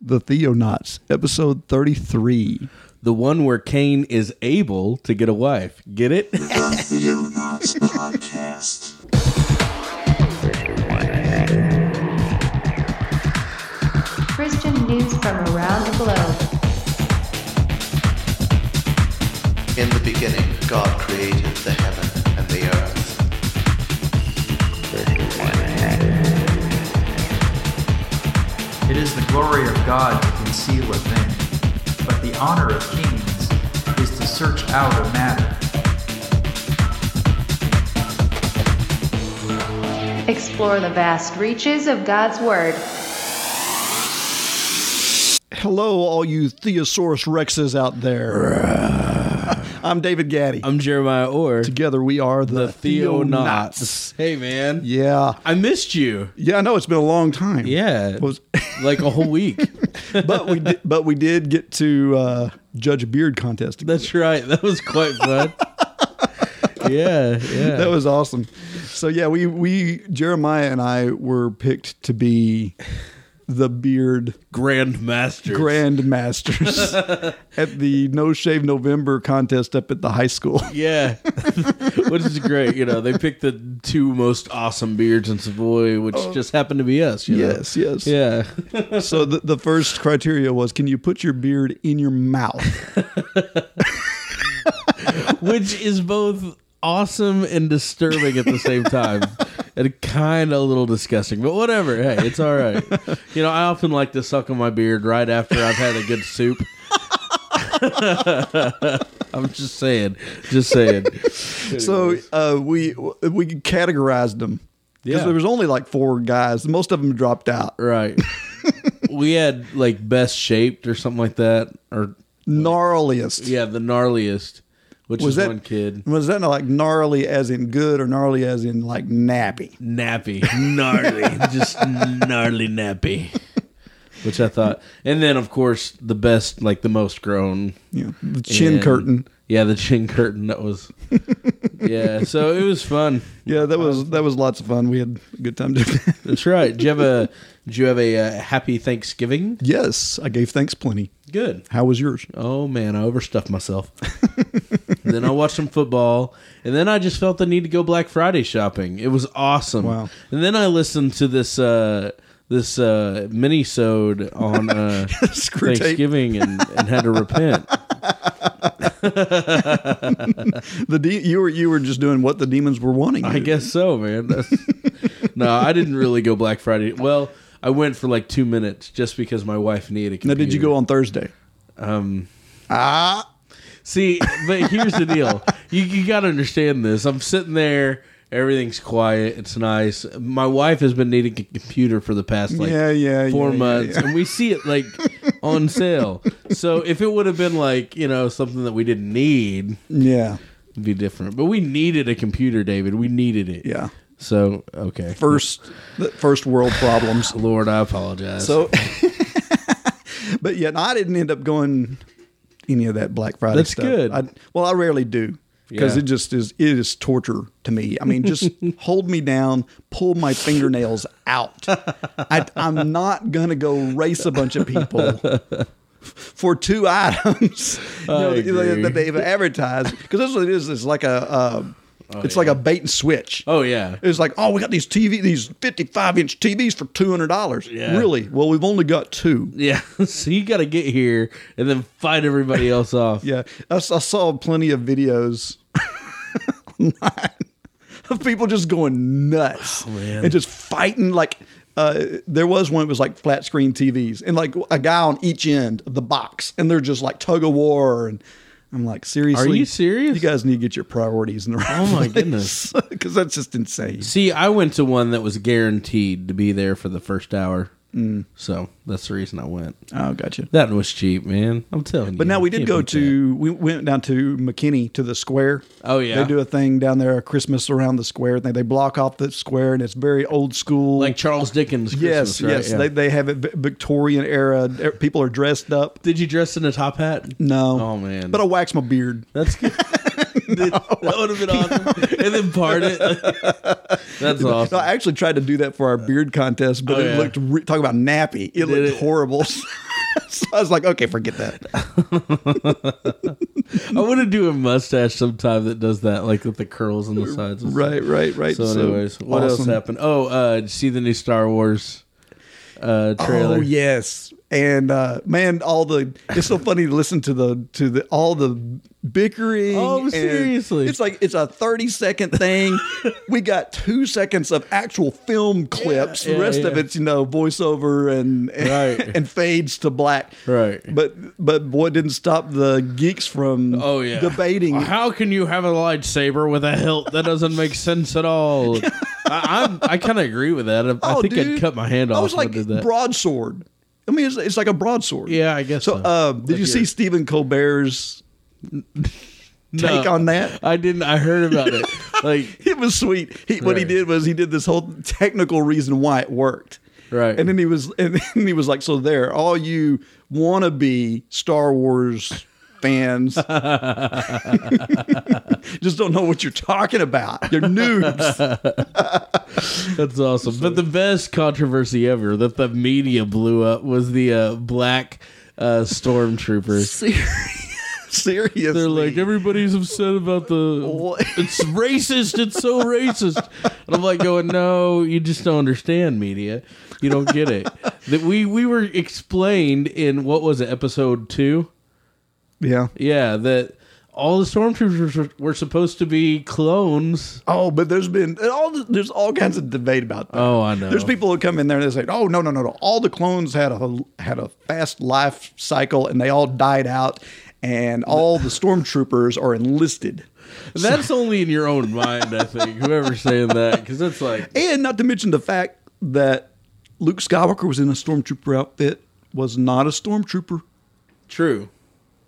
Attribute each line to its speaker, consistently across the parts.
Speaker 1: The Theonauts, episode 33.
Speaker 2: The one where Cain is able to get a wife. Get it?
Speaker 3: Video Knots Podcast.
Speaker 4: Christian news from around the globe.
Speaker 5: In the beginning, God created the heaven and the earth.
Speaker 6: It is the glory of God to conceal a thing, but the honor of kings is to search out a matter.
Speaker 4: Explore the vast reaches of God's Word.
Speaker 1: Hello, all you Theosaurus Rexes out there. I'm David Gaddy.
Speaker 2: I'm Jeremiah Orr.
Speaker 1: Together we are the,
Speaker 2: The Theonauts. Hey, man.
Speaker 1: Yeah.
Speaker 2: I missed you.
Speaker 1: Yeah, I know it's been a long time.
Speaker 2: Yeah.
Speaker 1: Was-
Speaker 2: like a whole week.
Speaker 1: but we did, but we did get to uh, Judge a Beard contest.
Speaker 2: That's right. That was quite fun. yeah. Yeah.
Speaker 1: That was awesome. So yeah, we we Jeremiah and I were picked to be the beard
Speaker 2: Grandmaster.
Speaker 1: grand masters at the No Shave November contest up at the high school.
Speaker 2: Yeah. which is great. You know, they picked the two most awesome beards in Savoy, which just happened to be us. You know?
Speaker 1: Yes, yes.
Speaker 2: Yeah.
Speaker 1: So the, the first criteria was can you put your beard in your mouth?
Speaker 2: which is both awesome and disturbing at the same time and kind of a little disgusting but whatever hey it's all right you know i often like to suck on my beard right after i've had a good soup i'm just saying just saying
Speaker 1: so uh, we we categorized them. Because
Speaker 2: Yeah.
Speaker 1: there was only like four guys. Most of them dropped out.
Speaker 2: right we had like best shaped or something like that or
Speaker 1: Gnarliest.
Speaker 2: yeah the gnarliest which
Speaker 1: Was
Speaker 2: is
Speaker 1: that
Speaker 2: one kid
Speaker 1: Was that like gnarly as in good or gnarly as in like nappy?
Speaker 2: nappy, gnarly, just gnarly nappy. Which I thought, and then of course the best, like the most grown
Speaker 1: You know, the chin
Speaker 2: And-
Speaker 1: curtain.
Speaker 2: Yeah, the chin curtain. That was, yeah. So it was fun.
Speaker 1: Yeah, that was that was lots of fun. We had a good time doing that.
Speaker 2: That's right. Do you have a? Do you have a uh, happy Thanksgiving?
Speaker 1: Yes, I gave thanks plenty.
Speaker 2: Good.
Speaker 1: How was yours?
Speaker 2: Oh man, I overstuffed myself. then I watched some football, and then I just felt the need to go Black Friday shopping. It was awesome.
Speaker 1: Wow.
Speaker 2: And then I listened to this uh, this uh, mini sode on uh,
Speaker 1: Screw tape.
Speaker 2: Thanksgiving and, and had to repent.
Speaker 1: The de- you were you were just doing what the demons were wanting. you
Speaker 2: I
Speaker 1: to
Speaker 2: guess so, man. That's- no, I didn't really go Black Friday. Well, I went for like two minutes just because my wife needed. A
Speaker 1: do. Now, did you
Speaker 2: computer.
Speaker 1: go on Thursday?
Speaker 2: See, but here's the deal. You, you got to understand this. I'm sitting there. Everything's quiet. It's nice. My wife has been needing a computer for the past like
Speaker 1: Yeah, yeah,
Speaker 2: four
Speaker 1: yeah, yeah,
Speaker 2: months,
Speaker 1: yeah.
Speaker 2: and we see it like on sale. So if it would have been like you know something that we didn't need,
Speaker 1: Yeah,
Speaker 2: it'd be different. But we needed a computer, David. We needed it.
Speaker 1: yeah.
Speaker 2: So okay,
Speaker 1: First, the first world problems.
Speaker 2: Lord, I apologize.
Speaker 1: So, but yet I didn't end up going any of that Black Friday
Speaker 2: That's
Speaker 1: stuff.
Speaker 2: good.
Speaker 1: I, well, I rarely do because
Speaker 2: Yeah.
Speaker 1: it just is it is torture to me. I mean, just hold me down, pull my fingernails out. I, I'm not gonna go race a bunch of people. For two items you know,
Speaker 2: I agree. Oh,
Speaker 1: that they've advertised, because that's what it is. It's like a, uh, it's like
Speaker 2: yeah.
Speaker 1: a bait and switch.
Speaker 2: oh yeah,
Speaker 1: It was like, oh, we got these TV, these 55 inch TVs for $200.
Speaker 2: Yeah.
Speaker 1: Really? Well, we've only got two.
Speaker 2: yeah. so you got to get here and then fight everybody else off.
Speaker 1: Yeah. I, s- I saw plenty of videos online of people just going nuts
Speaker 2: Oh, man.
Speaker 1: and just fighting. Like, uh, there was one, it was like flat screen TVs and like a guy on each end of the box, and they're just like tug of war. And I'm like, seriously?
Speaker 2: you serious?
Speaker 1: You guys need to get your priorities in the right
Speaker 2: Oh, my goodness.
Speaker 1: Because that's just insane.
Speaker 2: See, I went to one that was guaranteed to be there for the first hour.
Speaker 1: Mm.
Speaker 2: So that's the reason I went.
Speaker 1: Oh, gotcha.
Speaker 2: That was cheap, man. I'm telling you.
Speaker 1: But now we did
Speaker 2: Can't
Speaker 1: go
Speaker 2: beat
Speaker 1: to we went down to McKinney to the square.
Speaker 2: Oh, yeah.
Speaker 1: they do a thing down there, a Christmas around the square thing. They block off the square, and it's very old school.
Speaker 2: that. like Charles Dickens.
Speaker 1: yes,
Speaker 2: Christmas, right?
Speaker 1: yes,
Speaker 2: Yeah.
Speaker 1: they they have it Vi- Victorian era. Er, People are dressed up.
Speaker 2: did you dress in a top hat?
Speaker 1: No,
Speaker 2: Oh man,
Speaker 1: but I wax my beard.
Speaker 2: that's good. that would have been awesome. and then part it. that's awesome.
Speaker 1: No, I actually tried to do that for our beard contest, but
Speaker 2: Oh,
Speaker 1: it
Speaker 2: yeah.
Speaker 1: looked re- talk about nappy. It looked
Speaker 2: it?
Speaker 1: horrible. so I was like, okay, forget that.
Speaker 2: I want to do a mustache sometime that does that, like with the curls on the sides. and stuff.
Speaker 1: Right, right, right.
Speaker 2: So, anyways, what else
Speaker 1: awesome.
Speaker 2: happened? Oh, uh, did you see the new Star Wars uh, trailer?
Speaker 1: Oh yes, and uh, man, all the it's so funny to listen to the to the all the bickering.
Speaker 2: Oh,
Speaker 1: and
Speaker 2: seriously.
Speaker 1: it's like it's a thirty second thing. we got two seconds of actual film clips.
Speaker 2: yeah,
Speaker 1: the rest of
Speaker 2: yeah.
Speaker 1: it's you know voiceover and and,
Speaker 2: Right.
Speaker 1: and fades to black.
Speaker 2: Right.
Speaker 1: But but boy, it didn't stop the geeks from
Speaker 2: Oh yeah,
Speaker 1: debating.
Speaker 2: How can you have a lightsaber with a hilt that doesn't make sense at all? I, I'm, I kind of agree with that. I, I
Speaker 1: Oh,
Speaker 2: think
Speaker 1: dude.
Speaker 2: I'd cut my hand off.
Speaker 1: I was like
Speaker 2: if I did that.
Speaker 1: broadsword. I mean, it's, it's like a broadsword.
Speaker 2: Yeah, I guess
Speaker 1: So,
Speaker 2: so.
Speaker 1: uh, did you see Stephen Colbert's take on that?
Speaker 2: I didn't. I heard about it. like
Speaker 1: It was sweet. He, What he
Speaker 2: Right.
Speaker 1: did was he did this whole technical reason why it worked.
Speaker 2: Right.
Speaker 1: And then he was, and then he was like, "So there, all you wannabe Star Wars fans, just don't know what you're talking about. You're noobs."
Speaker 2: that's awesome. But the best controversy ever that the media blew up was the uh, black uh, stormtrooper.
Speaker 1: Seriously,
Speaker 2: They're like everybody's upset about the.
Speaker 1: What?
Speaker 2: It's racist. It's so racist. And I'm like going, no, you just don't understand media. You don't get it. That we we were explained in what was it episode two?
Speaker 1: yeah.
Speaker 2: Yeah, that all the stormtroopers were, were supposed to be clones.
Speaker 1: Oh, but there's been all there's all kinds of debate about that.
Speaker 2: Oh, I know.
Speaker 1: There's people who come in there and they say, "Oh, no, no, no, no! All the clones had a had a fast life cycle, and they all died out, and all the stormtroopers are enlisted."
Speaker 2: That's only in your own mind, I think. Whoever's saying that, because it's like
Speaker 1: And not to mention the fact that Luke Skywalker was in a stormtrooper outfit, was not a stormtrooper.
Speaker 2: true,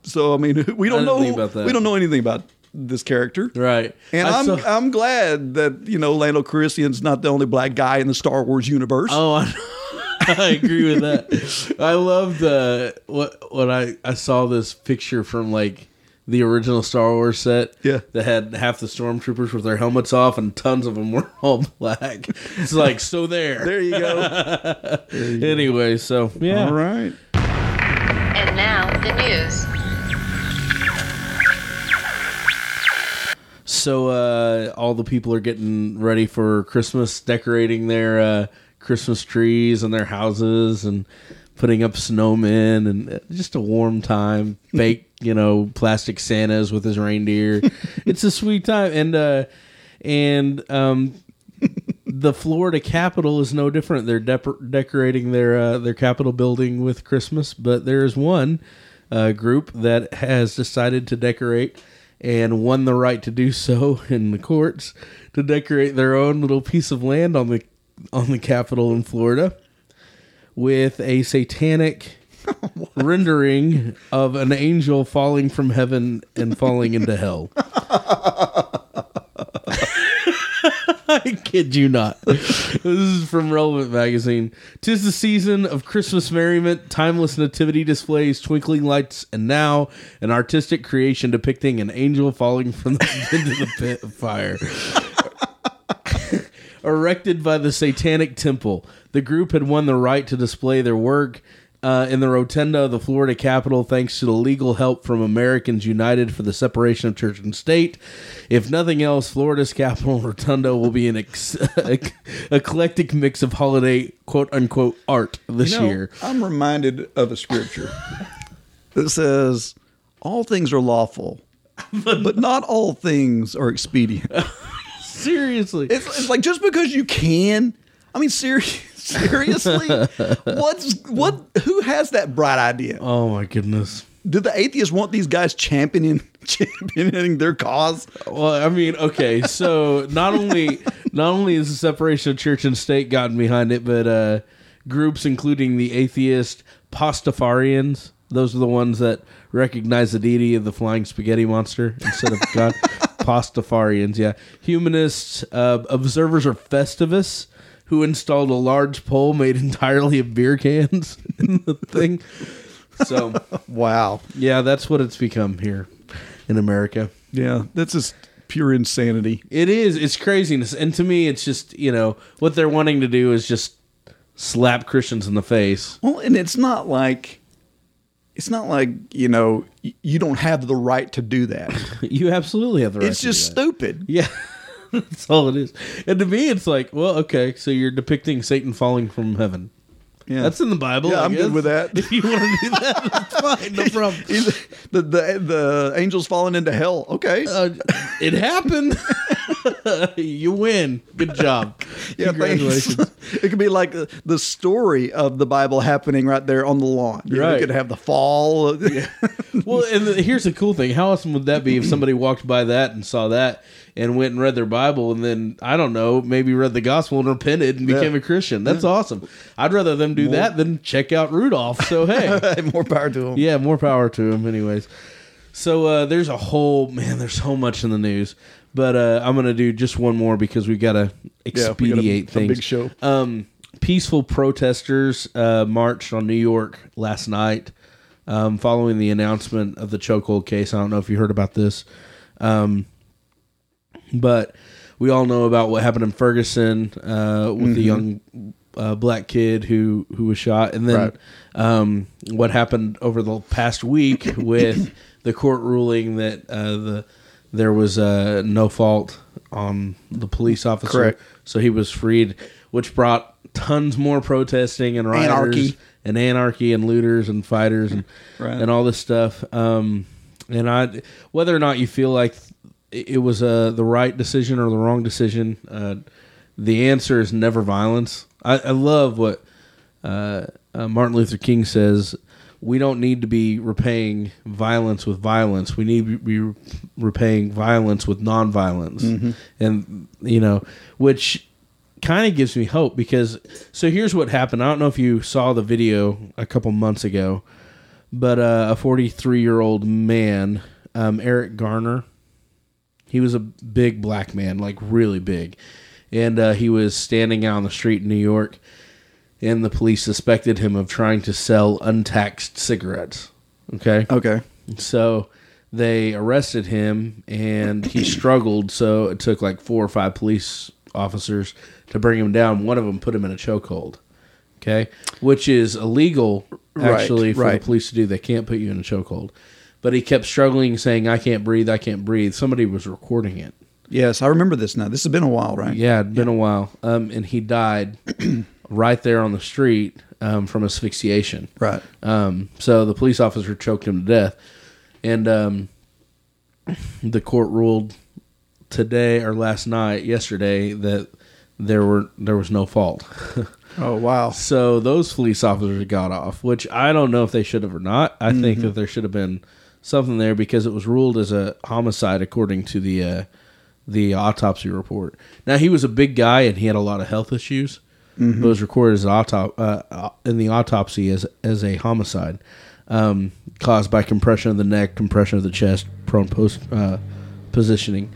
Speaker 1: So I mean, we don't
Speaker 2: didn't
Speaker 1: know
Speaker 2: think about that.
Speaker 1: we don't know anything about this character,
Speaker 2: right?
Speaker 1: And
Speaker 2: I
Speaker 1: I'm
Speaker 2: saw-
Speaker 1: I'm glad that you know Lando Calrissian's not the only black guy in the Star Wars universe.
Speaker 2: Oh, I, I agree with that. I love the what what I I saw this picture from like the original Star Wars set.
Speaker 1: Yeah.
Speaker 2: that had half the stormtroopers with their helmets off, and tons of them were all black. It's like so there.
Speaker 1: There you go.
Speaker 2: Anyway, so yeah,
Speaker 1: All right.
Speaker 4: And now the news.
Speaker 2: so uh, all the people are getting ready for Christmas, decorating their uh, Christmas trees and their houses, and putting up snowmen, and uh, just a warm time. Fake, you know, plastic Santas with his reindeer. it's a sweet time, and uh, and um, the Florida Capitol is no different. They're dep- decorating their uh, their Capitol building with Christmas, but there is one uh, group that has decided to decorate and won the right to do so in the courts to decorate their own little piece of land on the on the Capitol in Florida with a satanic rendering of an angel falling from heaven and falling into hell. I kid you not. This is from Relevant Magazine. Tis the season of Christmas merriment, timeless nativity displays, twinkling lights, and now an artistic creation depicting an angel falling from the, into the pit of fire erected by the Satanic Temple. The group had won the right to display their work uh, in the rotunda of the Florida Capitol thanks to the legal help from Americans United for the Separation of Church and State. If nothing else, Florida's Capitol Rotunda will be an ex- ec- eclectic mix of holiday quote unquote art this
Speaker 1: You know,
Speaker 2: year.
Speaker 1: I'm reminded of a scripture that says, All things are lawful, but not all things are expedient.
Speaker 2: Seriously.
Speaker 1: It's, it's like just because you can, I mean, seri- seriously, what's what? Who has that bright idea?
Speaker 2: oh my goodness.
Speaker 1: Do the atheists want these guys championing championing their cause?
Speaker 2: Well, I mean, okay, so not only not only is the separation of church and state gotten behind it, but uh, groups including the atheist Pastafarians, those are the ones that recognize the deity of the flying spaghetti monster instead of God. Pastafarians, yeah, humanists, uh, observers of Festivus, who installed a large pole made entirely of beer cans in the thing. So,
Speaker 1: Wow.
Speaker 2: yeah, that's what it's become here in America.
Speaker 1: Yeah, that's just pure insanity.
Speaker 2: It is. It's craziness. And to me, it's just, you know, what they're wanting to do is just slap Christians in the face.
Speaker 1: Well, and it's not like it's not like you know y- you don't have the right to do that.
Speaker 2: You absolutely have the right.
Speaker 1: It's
Speaker 2: to do
Speaker 1: just
Speaker 2: that.
Speaker 1: stupid.
Speaker 2: Yeah. That's all it is. And to me, it's like, well, okay, so you're depicting Satan falling from heaven.
Speaker 1: Yeah.
Speaker 2: That's in the Bible.
Speaker 1: Yeah,
Speaker 2: I
Speaker 1: I'm good
Speaker 2: guess.
Speaker 1: with that.
Speaker 2: If you want to do that, it's fine. No problem.
Speaker 1: Either- the, the the angels falling into hell. Okay.
Speaker 2: Uh, it happened. you win. Good job.
Speaker 1: Yeah,
Speaker 2: Congratulations.
Speaker 1: thanks. it could be like uh, the story of the Bible happening right there on the lawn. You know,
Speaker 2: Right.
Speaker 1: You could have the fall.
Speaker 2: Well, and the, here's the cool thing. How awesome would that be if somebody walked by that and saw that and went and read their Bible and then, I don't know, maybe read the gospel and repented and became a Christian? That's awesome. I'd rather them do that than check out Rudolph. So, hey.
Speaker 1: More power to them.
Speaker 2: Yeah, more power to him. Anyways, so uh, there's a whole man. There's so much in the news, but uh, I'm gonna do just one more because we gotta
Speaker 1: we got a-
Speaker 2: expediate
Speaker 1: a
Speaker 2: things.
Speaker 1: big show.
Speaker 2: Um, peaceful protesters uh, marched on New York last night, um, following the announcement of the chokehold case. I don't know if you heard about this, um, but we all know about what happened in Ferguson uh, with
Speaker 1: Mm-hmm.
Speaker 2: the young. Uh, black kid who who was shot, and then
Speaker 1: Right.
Speaker 2: um, what happened over the past week with the court ruling that uh, the there was uh, no fault on the police officer,
Speaker 1: Correct.
Speaker 2: so he was freed, which brought tons more protesting and rioters
Speaker 1: Anarchy.
Speaker 2: and anarchy and looters and fighters and
Speaker 1: Right.
Speaker 2: and all this stuff. Um, and I, whether or not you feel like it it was uh, the right decision or the wrong decision, uh, the answer is never violence. I, I love what uh, uh, Martin Luther King says we don't need to be repaying violence with violence. We need to be repaying violence with nonviolence. And, you know, which kind of gives me hope because, so here's what happened. I don't know if you saw the video a couple months ago, but uh, a 43 year old man, um, Eric Garner, he was a big black man, like really big. And uh, he was standing out on the street in New York, and the police suspected him of trying to sell untaxed cigarettes. Okay.
Speaker 1: Okay.
Speaker 2: So they arrested him, and he struggled. So it took like four or five police officers to bring him down. One of them put him in a chokehold. Okay. Which is illegal,
Speaker 1: Right,
Speaker 2: actually, for
Speaker 1: right.
Speaker 2: the police to do. They can't put you in a chokehold. But he kept struggling, saying, I can't breathe, I can't breathe. Somebody was recording it.
Speaker 1: Yes, I remember this now. This has been a while, right?
Speaker 2: Yeah, it'd been a while. Um, and he died right there on the street um, from asphyxiation.
Speaker 1: Right.
Speaker 2: Um, so the police officer choked him to death, and um, the court ruled today or last night, yesterday, that there were there was no fault.
Speaker 1: Oh wow.
Speaker 2: so those police officers got off, which I don't know if they should have or not. I think that there should have been something there because it was ruled as a homicide according to the uh, the autopsy report. Now he was a big guy and he had a lot of health issues. But it was recorded as an autop- uh, uh, in the autopsy as as a homicide um, caused by compression of the neck, compression of the chest, prone post uh, positioning.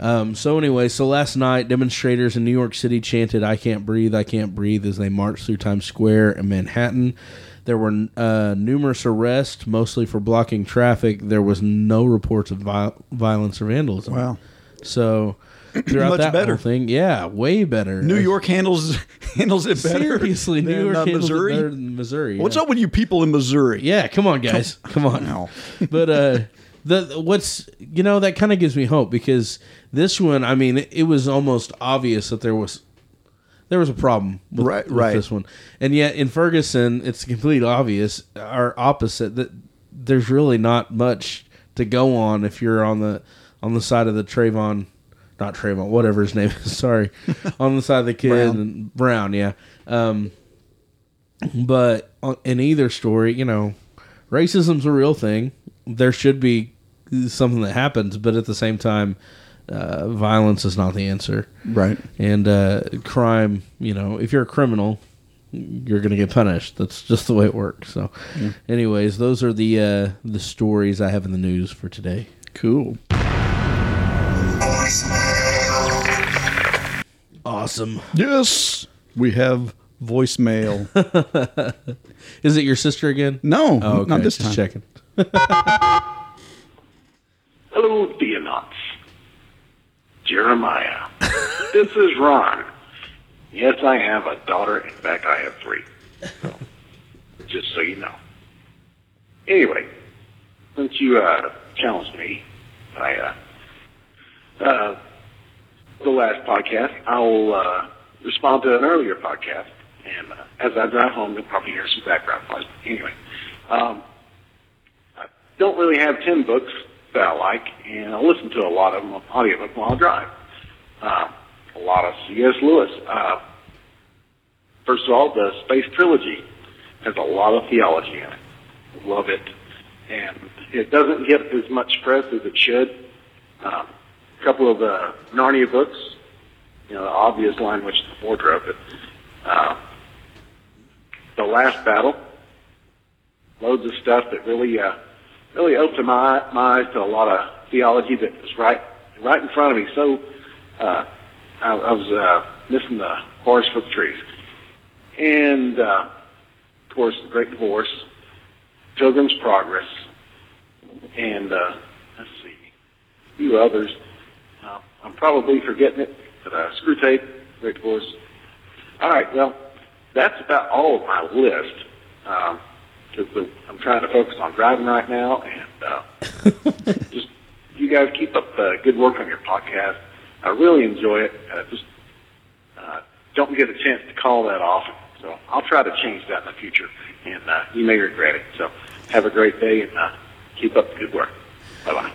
Speaker 2: Um, so anyway, so last night, demonstrators in New York City chanted "I can't breathe, I can't breathe" as they marched through Times Square and Manhattan. There were uh, numerous arrests, mostly for blocking traffic. There was no reports of viol- violence or vandalism.
Speaker 1: Wow.
Speaker 2: So throughout
Speaker 1: Much
Speaker 2: that
Speaker 1: better.
Speaker 2: whole thing, yeah, way better.
Speaker 1: New
Speaker 2: As-
Speaker 1: York handles handles it better.
Speaker 2: Seriously, New
Speaker 1: than,
Speaker 2: York
Speaker 1: uh,
Speaker 2: handles it
Speaker 1: Missouri.
Speaker 2: better than Missouri.
Speaker 1: What's
Speaker 2: yeah.
Speaker 1: up with you people in Missouri?
Speaker 2: Yeah, come on, guys, come on.
Speaker 1: Ow.
Speaker 2: but uh, the what's you know that kind of gives me hope because this one, I mean, it, it was almost obvious that there was there was a problem with,
Speaker 1: Right,
Speaker 2: with
Speaker 1: right.
Speaker 2: this one, and yet in Ferguson, it's complete obvious or opposite that there's really not much to go on if you're on the on the side of the Trayvon. Not Trayvon, whatever his name is. Sorry, on the side of the kid
Speaker 1: Brown.
Speaker 2: and Brown, yeah. Um, but on- in either story, you know, racism's a real thing. There should be something that happens, but at the same time, uh, violence is not the answer.
Speaker 1: Right.
Speaker 2: And uh, crime, you know, if you're a criminal, you're going to get punished. That's just the way it works. So,
Speaker 1: Mm.
Speaker 2: anyways, those are the uh, the stories I have in the news for today.
Speaker 1: Cool.
Speaker 2: Awesome.
Speaker 1: Yes, we have voicemail.
Speaker 2: Is it your sister again?
Speaker 1: No,
Speaker 2: Oh, okay.
Speaker 1: not this
Speaker 2: just
Speaker 1: time.
Speaker 2: checking.
Speaker 7: Hello, dear nuts. Jeremiah. this is Ron. Yes, I have a daughter. In fact, I have three. So, just so you know. Anyway, since you uh, challenged me, I uh, uh, the last podcast, I'll uh, respond to an earlier podcast. And uh, as I drive home, you'll probably hear some background noise. Anyway, um, I don't really have 10 books that I like, and I listen to a lot of them on audiobook while I drive. Uh, a lot of C.S. Lewis. Uh, first of all, the Space Trilogy has a lot of theology in it. Love it. And it doesn't get as much press as it should. Um, a couple of the Narnia books, you know, the obvious line, which is the wardrobe, but uh, The Last Battle, loads of stuff that really uh, really opened my my eyes to a lot of theology that was right right in front of me. So uh, I, I was uh, missing the forest for the trees, and uh, of course the Great Divorce, Pilgrim's Progress, and uh, let's see a few others. Uh, I'm probably forgetting it, but uh, Screw Tape, Great Divorce. All right, well, that's about all of my list. Um, cause the, I'm trying to focus on driving right now, and uh, just you guys keep up the good work on your podcast. I really enjoy it. Uh, just uh, don't get a chance to call that often, so I'll try to change that in the future, and uh, you may regret it. So have a great day, and uh, keep up the good work. Bye bye.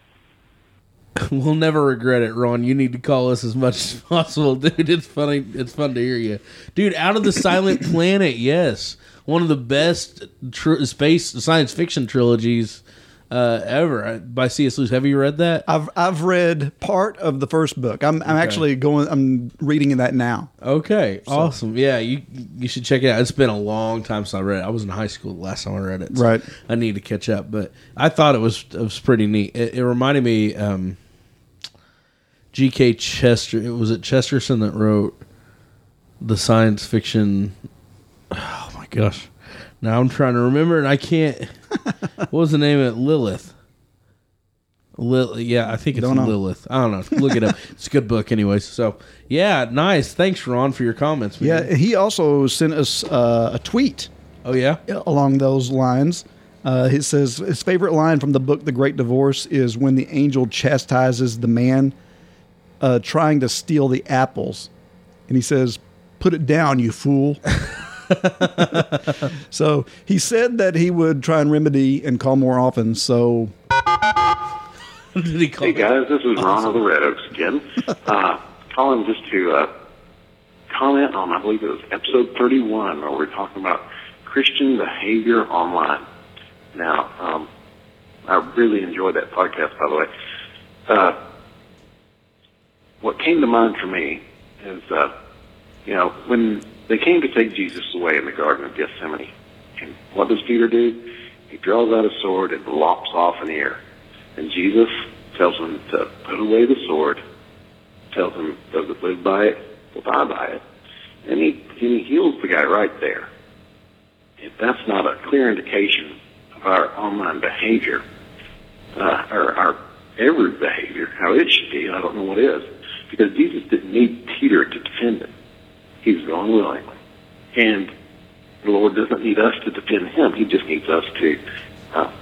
Speaker 2: We'll never regret it, Ron. You need to call us as much as possible, dude. It's funny. It's fun to hear you, dude. Out of the Silent Planet, yes, one of the best tr- space science fiction trilogies uh, ever uh, by C.S. Lewis. Have you read that?
Speaker 1: I've I've read part of the first book. I'm I'm actually going. I'm reading that now.
Speaker 2: Okay, awesome. Yeah, you you should check it out. It's been a long time since I read it. I was in high school the last time I read it. so
Speaker 1: Right.
Speaker 2: I need to catch up, but I thought it was it was pretty neat. It, it reminded me, um, G.K. Chester. It was it Chesterton that wrote the science fiction. Oh my gosh! Now I'm trying to remember, and I can't. what was the name of it? Lilith. Lil, yeah, I think it's
Speaker 1: Don't know.
Speaker 2: Lilith. I don't know. Look it up. It's a good book, anyways. So, yeah, nice. Thanks, Ron, for your comments. man.
Speaker 1: Yeah, he also sent us uh, a tweet
Speaker 2: Oh, yeah.
Speaker 1: along those lines. Uh, he says his favorite line from the book The Great Divorce is when the angel chastises the man uh, trying to steal the apples, and he says, "Put it down, you fool." so he said that he would try and remedy and call more often. So
Speaker 2: Did he call
Speaker 7: Hey guys, this is Ron of the Red Oaks again. Uh, calling just to uh, comment on, I believe it was episode 31, where we're talking about Christian behavior online. Now, um, I really enjoyed that podcast, by the way. Uh, what came to mind for me is, uh, you know, when they came to take Jesus away in the Garden of Gethsemane, and what does Peter do? He draws out a sword and lops off an ear. And Jesus tells him to put away the sword, tells him, those that live by it will die by it. And he, and he heals the guy right there. If that's not a clear indication of our online behavior, uh, or our every behavior, how it should be, I don't know what is. Because Jesus didn't need Peter to defend him. He was going willingly. And the Lord doesn't need us to defend him. He just needs us to uh,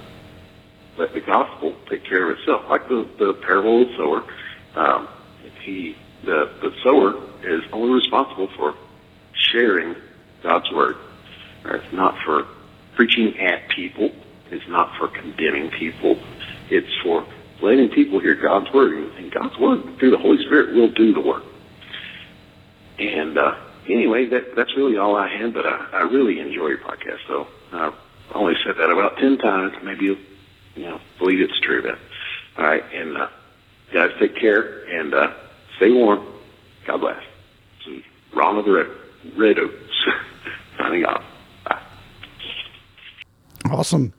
Speaker 7: let the gospel take care of itself. Like the, the parable of the sower, um, he the, the sower is only responsible for sharing God's word. Or It's not for preaching at people. It's not for condemning people. It's for letting people hear God's word, and God's word through the Holy Spirit will do the work. And uh, anyway, that, that's really all I had, but I, I really enjoy your podcast. So uh, I've only said that about 10 times. Maybe you'll you know, believe it's true then. All right. And uh, guys, take care and uh, stay warm. God bless. This is Ron of the Red, Red Oaks signing off. Bye.
Speaker 1: Awesome.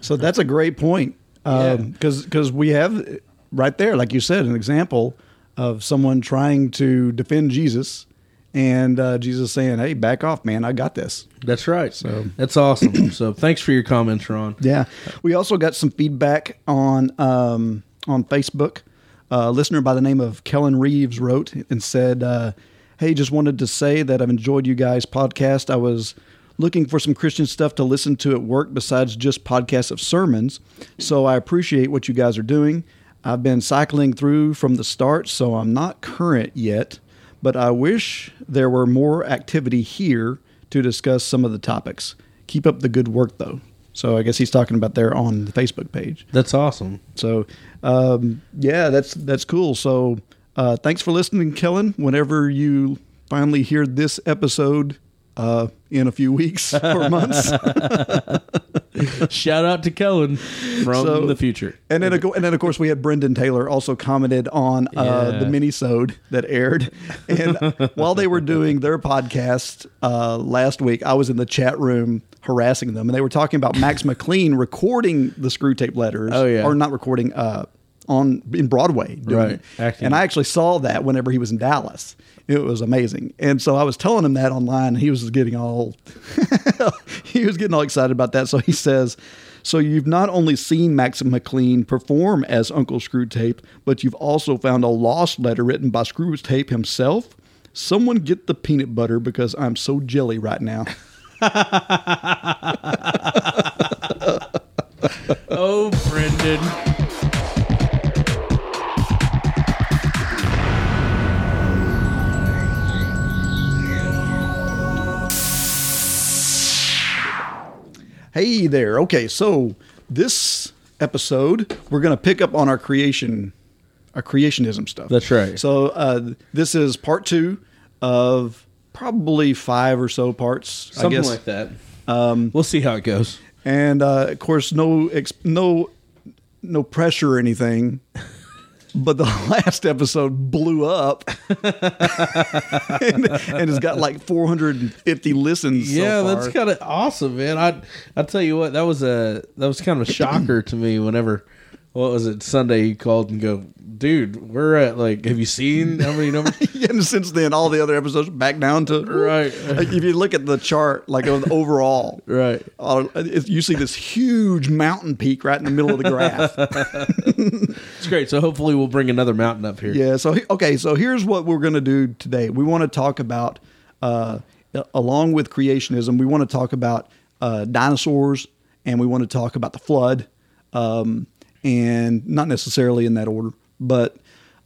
Speaker 1: So that's a great point because because we have right there, like you said, an example of someone trying to defend Jesus and uh, Jesus saying, "Hey, back off, man! I got this."
Speaker 2: That's right. So that's awesome. so thanks for your comments, Ron.
Speaker 1: Yeah. We also got some feedback on um, on Facebook. A listener by the name of Kellen Reeves wrote and said, uh, "Hey, just wanted to say that I've enjoyed you guys' podcast. I was looking for some Christian stuff to listen to at work besides just podcasts of sermons. So I appreciate what you guys are doing. I've been cycling through from the start, so I'm not current yet, but I wish there were more activity here to discuss some of the topics. Keep up the good work, though. So I guess he's talking about there on the Facebook page.
Speaker 2: That's awesome.
Speaker 1: So, um, yeah, that's that's cool. So, uh, thanks for listening, Kellen. Whenever you finally hear this episode uh, in a few weeks or months,
Speaker 2: Shout out to Kellen from
Speaker 1: So-
Speaker 2: the future.
Speaker 1: and then of co- and then of course we had Brendan Taylor also commented on uh,
Speaker 2: Yeah.
Speaker 1: the minisode that aired, and while they were doing their podcast uh, last week, I was in the chat room harassing them, and they were talking about Max McLean recording the Screw Tape Letters.
Speaker 2: Oh, yeah.
Speaker 1: or not recording. Uh, on in Broadway, doing
Speaker 2: Right.
Speaker 1: it.
Speaker 2: Acting.
Speaker 1: and I actually saw that whenever he was in Dallas. It was amazing, and so I was telling him that online. And he was getting all he was getting all excited about that. So he says, "So you've not only seen Max McLean perform as Uncle Screwtape, but you've also found a lost letter written by Screwtape himself. Someone get the peanut butter because I'm so jelly right now."
Speaker 2: Oh, Brendan.
Speaker 1: Hey there. Okay, so this episode we're going to pick up on our creation, our creationism stuff.
Speaker 2: That's right.
Speaker 1: So uh, this is part two of probably five or so parts, I
Speaker 2: Something
Speaker 1: guess.
Speaker 2: like that. we'll see how it goes.
Speaker 1: And uh, of course, no ex- no no pressure or anything. But the last episode blew up, and, and it's got like 450 listens. so
Speaker 2: yeah, that's
Speaker 1: far.
Speaker 2: kind of awesome, man. I I tell you what, that was a that was kind of a shocker to me. Whenever what was it Sunday? You called and go, dude, we're at like, have you seen how many numbers?
Speaker 1: and since then, all the other episodes are back down to
Speaker 2: Right.
Speaker 1: Like, if you look at the chart, like of the overall,
Speaker 2: Right.
Speaker 1: uh, it- you see this huge mountain peak right in the middle of the graph.
Speaker 2: It's great. So hopefully we'll bring another mountain up here.
Speaker 1: yeah. So he- okay. So here's what we're going to do today. We want to talk about, uh, along with creationism, we want to talk about uh, dinosaurs, and we want to talk about the flood, um, and not necessarily in that order, but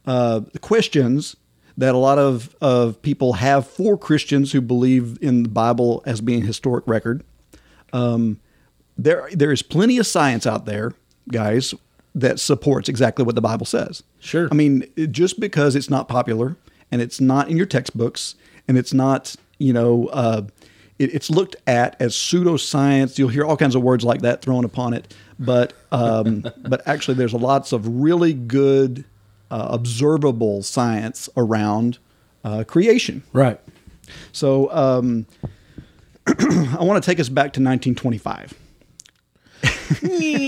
Speaker 1: uh, questions that a lot of, of people have for Christians who believe in the Bible as being historic record. Um, there there is plenty of science out there, guys, that supports exactly what the Bible says.
Speaker 2: Sure.
Speaker 1: I mean, it- just because it's not popular and it's not in your textbooks and it's not, you know, uh, it, it's looked at as pseudoscience. You'll hear all kinds of words like that thrown upon it, but um, but actually, there's lots of really good uh, observable science around uh, creation.
Speaker 2: Right.
Speaker 1: So um, I want to take us back to 1925.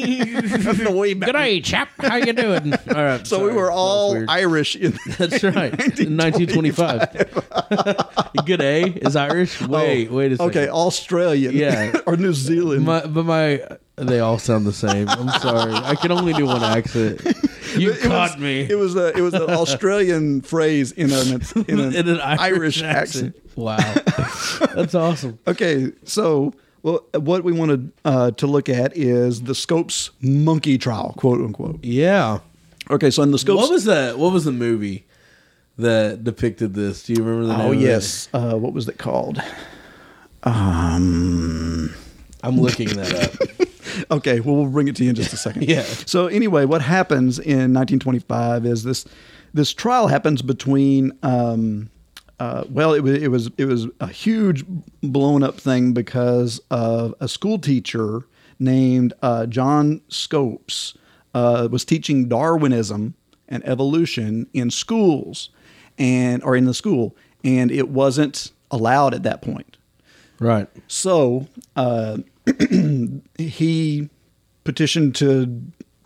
Speaker 2: Good day, chap. How you doing? All right.
Speaker 1: So
Speaker 2: sorry.
Speaker 1: we were
Speaker 2: That was
Speaker 1: all
Speaker 2: weird.
Speaker 1: Irish. In
Speaker 2: That's right. In 1925. Good A is Irish. Wait, wait a second.
Speaker 1: Oh, Okay, Australian.
Speaker 2: Yeah.
Speaker 1: or New Zealand.
Speaker 2: My, but my, they all sound the same. I'm sorry. I can only do one accent. You
Speaker 1: it
Speaker 2: caught
Speaker 1: was,
Speaker 2: me.
Speaker 1: It was a it was an Australian phrase in an in an,
Speaker 2: in an
Speaker 1: Irish,
Speaker 2: Irish,
Speaker 1: accent.
Speaker 2: Wow, that's awesome.
Speaker 1: Okay, so well, what we wanted uh, to look at is the Scopes monkey trial, quote unquote.
Speaker 2: Yeah.
Speaker 1: Okay, so in the Scopes.
Speaker 2: What was the What was the movie that depicted this? Do you remember the name?
Speaker 1: oh
Speaker 2: of it?
Speaker 1: yes, uh, what was it called? Um,
Speaker 2: I'm looking that up.
Speaker 1: Okay, well, we'll bring it to you in just a second.
Speaker 2: Yeah.
Speaker 1: So anyway, what happens in 1925 is this this trial happens between. Um, uh, well, it was it was it was a huge blown up thing because of a school teacher named uh, John Scopes uh, was teaching Darwinism and evolution in schools, and or in the school, and it wasn't allowed at that point.
Speaker 2: right.
Speaker 1: So uh, he petitioned to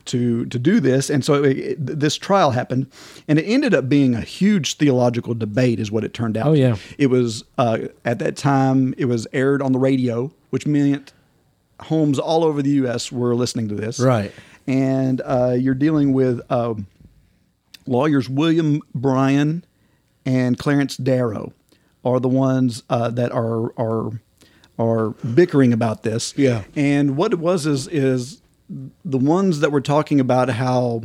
Speaker 1: to to do this, and so it, it- this trial happened, and it ended up being a huge theological debate, is what it turned out.
Speaker 2: Oh,
Speaker 1: to.
Speaker 2: yeah.
Speaker 1: it was uh, at that time it was aired on the radio, which meant homes all over the U.S. were listening to this,
Speaker 2: Right.
Speaker 1: And uh, you're dealing with um, lawyers William Bryan and Clarence Darrow are the ones uh, that are are are bickering about this.
Speaker 8: Yeah.
Speaker 1: And what it was is is the ones that were talking about how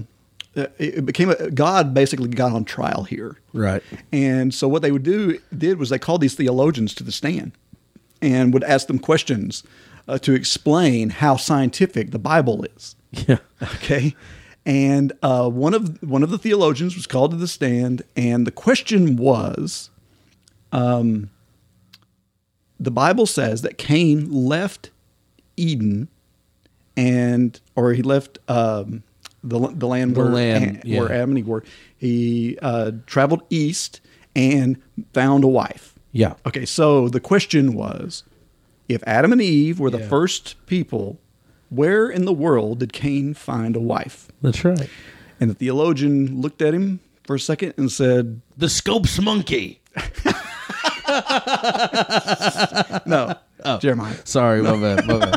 Speaker 1: uh, it it became a, God basically got on trial here.
Speaker 2: Right.
Speaker 1: And so what they would do did was they called these theologians to the stand and would ask them questions uh, to explain how scientific the Bible is.
Speaker 2: Yeah.
Speaker 1: Okay. And uh, one of one of the theologians was called to the stand, and the question was, um, the Bible says that Cain left Eden, and or he left um, the the land
Speaker 2: The
Speaker 1: where
Speaker 2: land,
Speaker 1: A- where
Speaker 2: yeah.
Speaker 1: Adam and Eve were. He uh, traveled east and found a wife.
Speaker 2: Yeah.
Speaker 1: Okay, so the question was if Adam and Eve were the
Speaker 2: Yeah.
Speaker 1: first people, where in the world did Cain find a wife?
Speaker 2: That's right.
Speaker 1: And the theologian looked at him for a second and said,
Speaker 2: The Scopes Monkey.
Speaker 1: No,
Speaker 2: Oh.
Speaker 1: Jeremiah.
Speaker 2: Sorry, my bad. My bad.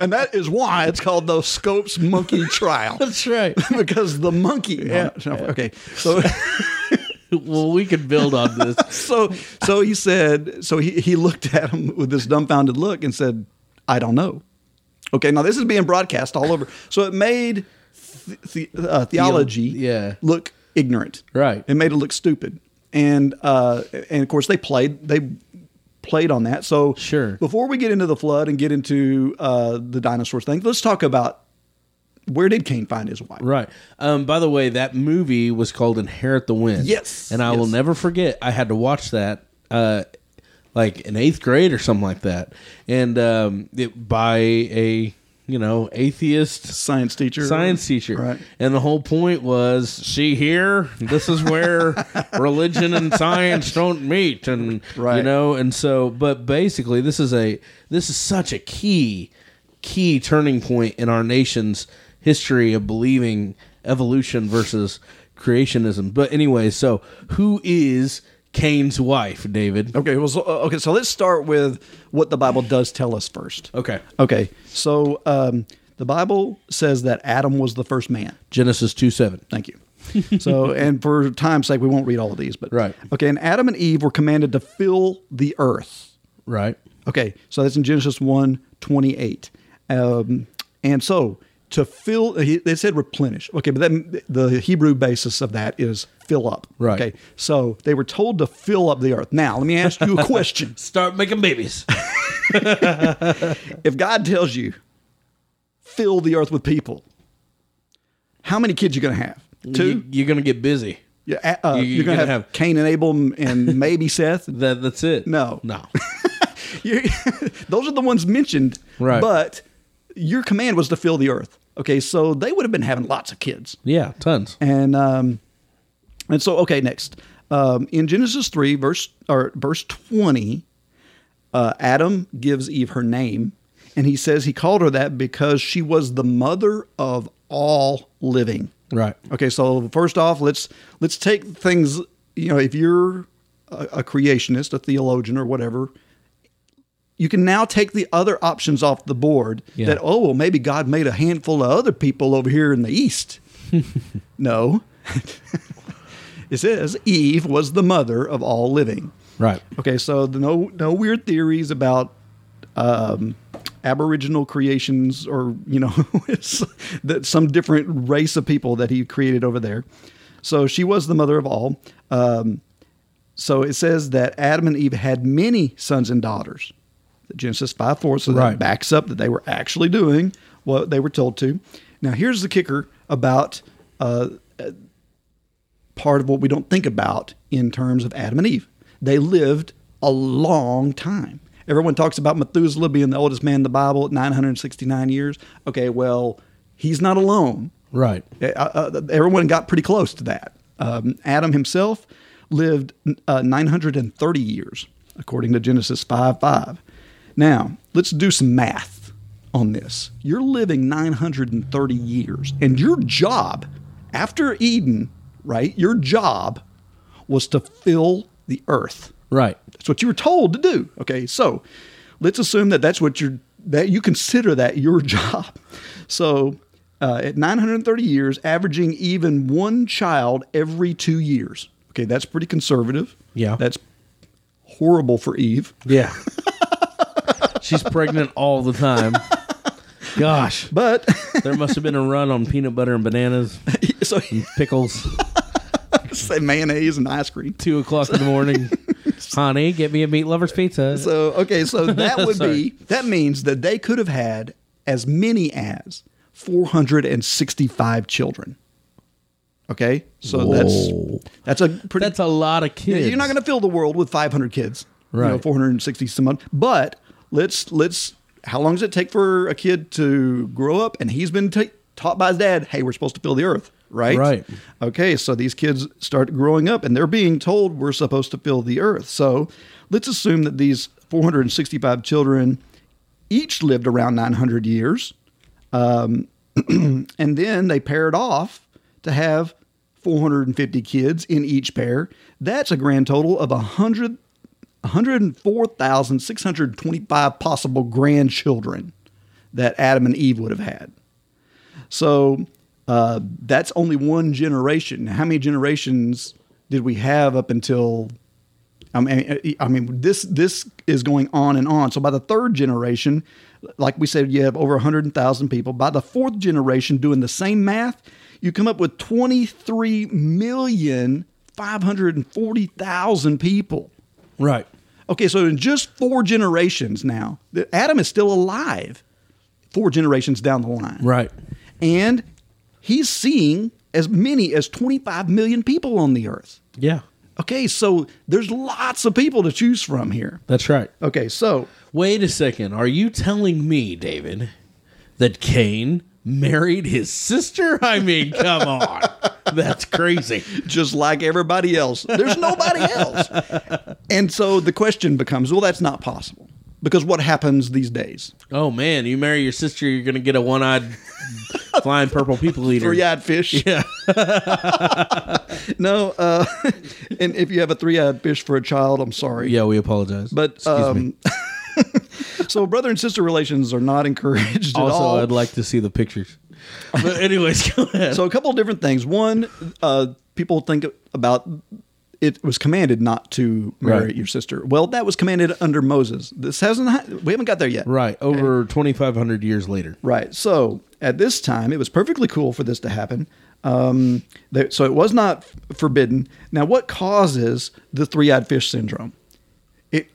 Speaker 1: And that is why it's called the Scopes Monkey Trial.
Speaker 2: That's right.
Speaker 1: because the monkey. Okay. So.
Speaker 2: Well, we could build on this.
Speaker 1: so so he said so he, he looked at him with this dumbfounded look and said i don't know okay now this is being broadcast all over so it made th- the, uh, theology
Speaker 2: Theo- yeah.
Speaker 1: look ignorant
Speaker 2: Right.
Speaker 1: it made it look stupid and uh and of course they played they played on that so
Speaker 2: Sure.
Speaker 1: before we get into the flood and get into uh the dinosaurs thing let's talk about where did cain find his wife
Speaker 2: Right. Um, by the way, that movie was called Inherit the Wind.
Speaker 1: Yes.
Speaker 2: And I will
Speaker 1: Yes.
Speaker 2: never forget. I had to watch that, uh, like in eighth grade or something like that, and um, it, by a you know atheist
Speaker 1: science teacher
Speaker 2: science teacher.
Speaker 1: right
Speaker 2: And the whole point was, see here, this is where religion and science don't meet, and you
Speaker 1: Right.
Speaker 2: know, and so, but basically, this is a this is such a key key turning point in our nation's history of believing evolution versus creationism. But anyway, so who is Cain's wife, David?
Speaker 1: Okay, well, so, uh, okay. So let's start with what the Bible does tell us first.
Speaker 2: Okay.
Speaker 1: Okay, so um, the Bible says that Adam was the first man.
Speaker 2: Genesis two seven.
Speaker 1: Thank you. So, and for time's sake, we won't read all of these, but
Speaker 2: Right.
Speaker 1: Okay, and Adam and Eve were commanded to fill the earth.
Speaker 2: Right.
Speaker 1: Okay, so that's in Genesis 1 28. Um, and so to fill, he- they said replenish. Okay, but then the Hebrew basis of that is fill up.
Speaker 2: Right.
Speaker 1: Okay, so they were told to fill up the earth. Now, let me ask you a question.
Speaker 2: Start making babies.
Speaker 1: if God tells you fill the earth with people, how many kids you going to have? Two.
Speaker 2: You, you're gonna get busy.
Speaker 1: You, uh,
Speaker 2: you-
Speaker 1: you, are going to
Speaker 2: gonna
Speaker 1: have,
Speaker 2: have-
Speaker 1: Cain and Abel and maybe Seth.
Speaker 2: That that's it.
Speaker 1: No.
Speaker 2: No.
Speaker 1: You- those are the ones mentioned.
Speaker 2: Right.
Speaker 1: But your command was to fill the earth. Okay, so they would have been having lots of kids.
Speaker 2: Yeah, tons.
Speaker 1: And um, and so okay, next um, in Genesis three verse or verse twenty, uh, Adam gives Eve her name, and he says he called her that because she was the mother of all living.
Speaker 2: Right.
Speaker 1: Okay, so first off, let's let's take things. You know, if you're a, a creationist, a theologian, or whatever, you can now take the other options off the board.
Speaker 2: Yeah.
Speaker 1: That oh well, maybe God made a handful of other people over here in the east. no, it says Eve was the mother of all living.
Speaker 2: Right.
Speaker 1: Okay, so the, no no weird theories about um, Aboriginal creations or you know it's- that some different race of people that he created over there. So she was the mother of all. Um, so it says that Adam and Eve had many sons and daughters. Genesis five four. So
Speaker 2: Right.
Speaker 1: that backs up that they were actually doing what they were told to. Now here's the kicker about uh, part of what we don't think about in terms of Adam and Eve. They lived a long time. Everyone talks about Methuselah being the oldest man in the Bible at 969 years. Okay, well, he's not alone.
Speaker 2: Right.
Speaker 1: Uh, uh, everyone got pretty close to that. Um, Adam himself lived uh, 930 years, according to Genesis 5 5. Now, let's do some math on this. You're living 930 years, and your job after Eden, right? Your job was to fill the earth.
Speaker 2: Right.
Speaker 1: That's what you were told to do. Okay, so let's assume that that's what you're that you consider that your job. So uh, at 930 years, averaging even one child every two years. Okay, that's pretty conservative.
Speaker 2: Yeah.
Speaker 1: that's horrible for Eve.
Speaker 2: Yeah. She's pregnant all the time. Gosh,
Speaker 1: But
Speaker 2: there must have been a run on peanut butter and bananas,
Speaker 1: so
Speaker 2: pickles,
Speaker 1: say mayonnaise and ice cream.
Speaker 2: two o'clock in the morning. Honey, get me a meat lover's pizza.
Speaker 1: So okay, so that would be
Speaker 2: Sorry.
Speaker 1: that means that they could have had as many as 465 children. Okay, so
Speaker 2: Whoa.
Speaker 1: that's that's a pretty
Speaker 2: That's a lot of
Speaker 1: Yeah,
Speaker 2: kids.
Speaker 1: You're not going to fill the world with 500 kids, You know,
Speaker 2: Right.
Speaker 1: 460 some odd. But let's let's. How long does it take for a kid to grow up? And he's been ta taught by his dad, "Hey, we're supposed to fill the earth." Right.
Speaker 2: Right.
Speaker 1: Okay. So these kids start growing up, and they're being told we're supposed to fill the earth. So let's assume that these 465 children each lived around 900 years um, and then they paired off to have 450 kids in each pair. That's a grand total of 100, 104,625 possible grandchildren that Adam and Eve would have had. So uh, that's only one generation. How many generations did we have up until? I mean, I mean, this this is going on and on. So by the third generation, like we said, you have over 100,000 people. By the fourth generation, doing the same math, you come up with 23 million 540,000 people.
Speaker 2: Right.
Speaker 1: Okay, so in just four generations now, the- Adam is still alive. Four generations down the line,
Speaker 2: Right.
Speaker 1: and he's seeing as many as 25 million people on the earth.
Speaker 2: Yeah.
Speaker 1: Okay, so there's lots of people to choose from here.
Speaker 2: That's right.
Speaker 1: Okay, so
Speaker 2: Wait a second. Are you telling me, David, that Cain married his sister? I mean, come on. That's crazy.
Speaker 1: just like everybody else, there's nobody else. And so the question becomes well, that's not possible because what happens these days?
Speaker 2: Oh, man. You marry your sister, you're going to get a one eyed flying purple people eater.
Speaker 1: Three eyed fish. Yeah. no, uh, and if you have a three eyed fish for a child, I'm sorry.
Speaker 2: Yeah, we apologize.
Speaker 1: But
Speaker 2: Excuse me.
Speaker 1: um, so brother and sister relations are not encouraged at all.
Speaker 2: also, I'd like to see the pictures. But, anyways, go ahead.
Speaker 1: So a couple of different things. One, uh, people think about it was commanded not to marry
Speaker 2: Right.
Speaker 1: your sister. Well, that was commanded under Moses. This hasn't. We haven't got there yet.
Speaker 2: right. Over 2,500 years later.
Speaker 1: Right. So at this time, it was perfectly cool for this to happen. Um, there, so it was not f- forbidden. Now, what causes the three-eyed fish syndrome? It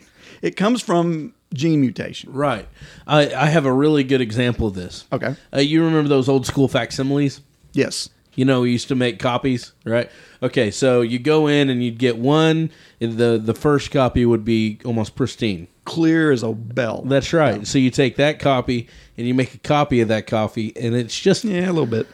Speaker 1: it comes from gene mutation.
Speaker 2: Right. I, I have a really good example of this.
Speaker 1: Okay.
Speaker 2: Uh, you remember those old school facsimiles?
Speaker 1: Yes.
Speaker 2: You know, we used to make copies, right? Okay, so you go in and you'd get one. and the The first copy would be almost pristine.
Speaker 1: Clear as a bell.
Speaker 2: That's right. So you take that copy and you make a copy of that copy, and it's just
Speaker 1: yeah, a little bit.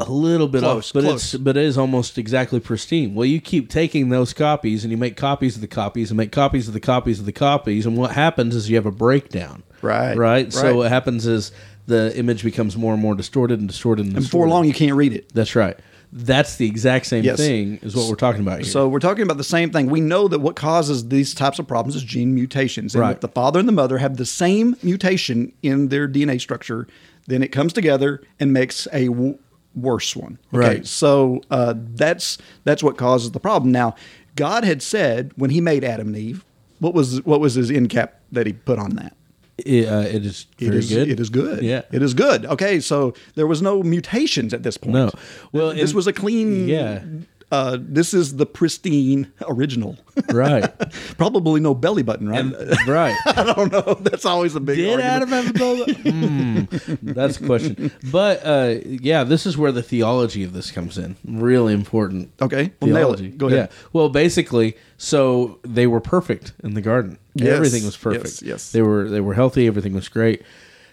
Speaker 2: a little bit
Speaker 1: Close,
Speaker 2: off, but
Speaker 1: close.
Speaker 2: it's but it is almost exactly pristine. Well, you keep taking those copies and you make copies of the copies and make copies of the copies of the copies, and what happens is you have a breakdown.
Speaker 1: Right,
Speaker 2: Right. So
Speaker 1: right.
Speaker 2: what happens is the image becomes more and more distorted and distorted and,
Speaker 1: And before
Speaker 2: distorted.
Speaker 1: long, you can't read it.
Speaker 2: That's right. That's the exact same
Speaker 1: Yes.
Speaker 2: thing as what we're talking about here.
Speaker 1: So we're talking about the same thing. We know that what causes these types of problems is gene mutations. And
Speaker 2: Right.
Speaker 1: if the father and the mother have the same mutation in their DNA structure, then it comes together and makes a w- worse one.
Speaker 2: Right.
Speaker 1: So uh, that's that's what causes the problem. Now, God had said when He made Adam and Eve, what was what was His end cap that He put on that?
Speaker 2: it, uh, it is
Speaker 1: It
Speaker 2: very
Speaker 1: is
Speaker 2: good.
Speaker 1: It is good.
Speaker 2: Yeah.
Speaker 1: It is good. Okay. So there was no mutations at this point.
Speaker 2: No. Well,
Speaker 1: this
Speaker 2: and-
Speaker 1: was a clean.
Speaker 2: Yeah.
Speaker 1: Uh, this is the pristine original.
Speaker 2: right.
Speaker 1: Probably no belly button, right?
Speaker 2: And, right.
Speaker 1: I don't know. That's always a big
Speaker 2: Did
Speaker 1: argument.
Speaker 2: Adam have a bowl? mm, that's a question. But uh, yeah, this is where the theology of this comes in. Really important.
Speaker 1: Okay, well, nail it. Go ahead.
Speaker 2: Yeah. Well, basically, so they were perfect in the garden.
Speaker 1: Yes,
Speaker 2: Everything was
Speaker 1: yes,
Speaker 2: perfect.
Speaker 1: yes.
Speaker 2: They were they were healthy. Everything was great.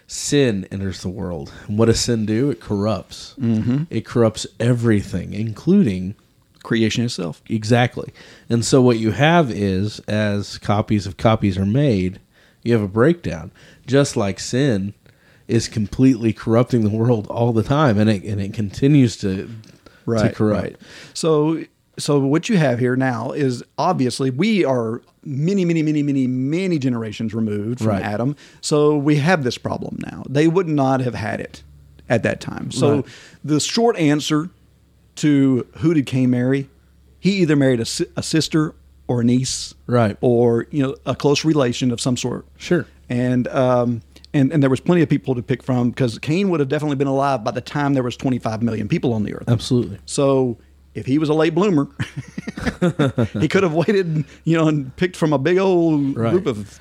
Speaker 2: Sin enters the world, and what does sin do? It corrupts. Mm-hmm. It corrupts everything, including
Speaker 1: Creation itself.
Speaker 2: Exactly. And so what you have is as copies of copies are made, you have a breakdown. Just like sin is completely corrupting the world all the time and it and it continues to to corrupt.
Speaker 1: So, so what you have here now is obviously we are many, many, many, many, many generations removed from
Speaker 2: Right.
Speaker 1: Adam. So we have this problem now. They would not have had it at that time. So
Speaker 2: Right.
Speaker 1: the short answer to who did Cain marry? He either married a, si- a sister or a niece,
Speaker 2: Right.
Speaker 1: Or you know a close relation of some sort.
Speaker 2: Sure.
Speaker 1: And um and and there was plenty of people to pick from because Cain would have definitely been alive by the time there was 25 million people on the earth.
Speaker 2: Absolutely.
Speaker 1: So if he was a late bloomer, he could have waited, you know, and picked from a big old
Speaker 2: Right.
Speaker 1: group of,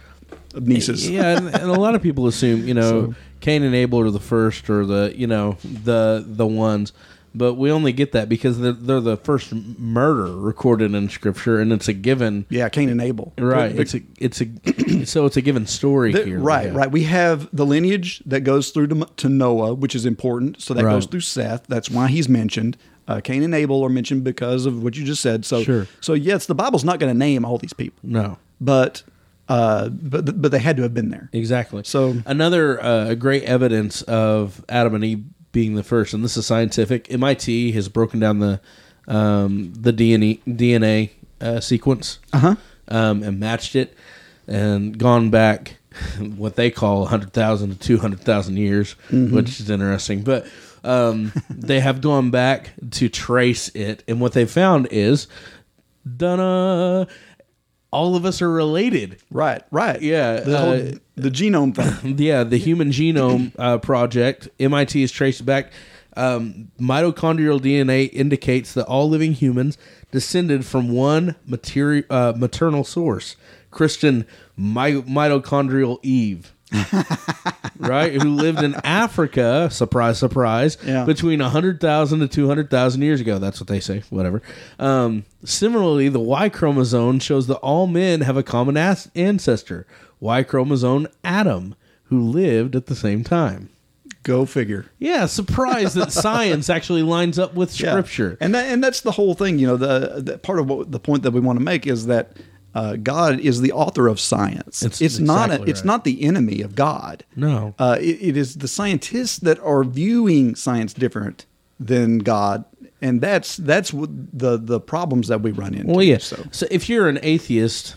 Speaker 1: of nieces.
Speaker 2: yeah, and, and a lot of people assume you know Cain and Abel are the first or the you know the the ones, but we only get that because they're, they're the first murder recorded in Scripture, and it's a given.
Speaker 1: Yeah, Cain and Abel.
Speaker 2: Right.
Speaker 1: But-
Speaker 2: It's a it's a so it's a given story
Speaker 1: Th-
Speaker 2: here.
Speaker 1: right,
Speaker 2: yeah.
Speaker 1: right. We have the lineage that goes through to, to Noah, which is important. So that
Speaker 2: Right.
Speaker 1: goes through Seth. That's why he's mentioned. Uh, Cain and Abel are mentioned because of what you just said. So,
Speaker 2: Sure.
Speaker 1: so yes, the Bible's not going to name all these people,
Speaker 2: No.
Speaker 1: but uh, but but they had to have been there.
Speaker 2: Exactly.
Speaker 1: So-
Speaker 2: another uh, great evidence of Adam and Eve being the first, and this is scientific. MIT has broken down the um, the DNA DNA uh, sequence
Speaker 1: Uh-huh.
Speaker 2: um, and matched it, and gone back what they call 100,000 to 200,000 years,
Speaker 1: Mm-hmm.
Speaker 2: which is interesting. But um, they have gone back to trace it, and what they found is, da all of us are related.
Speaker 1: Right, right.
Speaker 2: Yeah,
Speaker 1: the, whole-
Speaker 2: uh,
Speaker 1: the genome thing.
Speaker 2: Yeah, the Human Genome uh, Project, MIT has traced back. Um, mitochondrial DNA indicates that all living humans descended from one materi- uh, maternal source, Christian mi- mitochondrial Eve, right? Who lived in Africa, surprise, surprise,
Speaker 1: Yeah.
Speaker 2: between 100,000 to 200,000 years ago. That's what they say, whatever. Um, similarly, the Y chromosome shows that all men have a common as- ancestor, Y chromosome Adam, who lived at the same time.
Speaker 1: Go figure.
Speaker 2: Yeah, surprised that science actually lines up with
Speaker 1: Yeah.
Speaker 2: scripture.
Speaker 1: and that, and that's the whole thing. You know, the, the part of what the point that we want to make is that uh, God is the author of science.
Speaker 2: It's
Speaker 1: It's, not a,
Speaker 2: exactly
Speaker 1: it's
Speaker 2: right.
Speaker 1: not the enemy of God.
Speaker 2: No.
Speaker 1: uh, it, it is the scientists that are viewing science different than God, and that's that's what the the problems that we run into.
Speaker 2: Well, yeah.
Speaker 1: So
Speaker 2: So. if you're an atheist,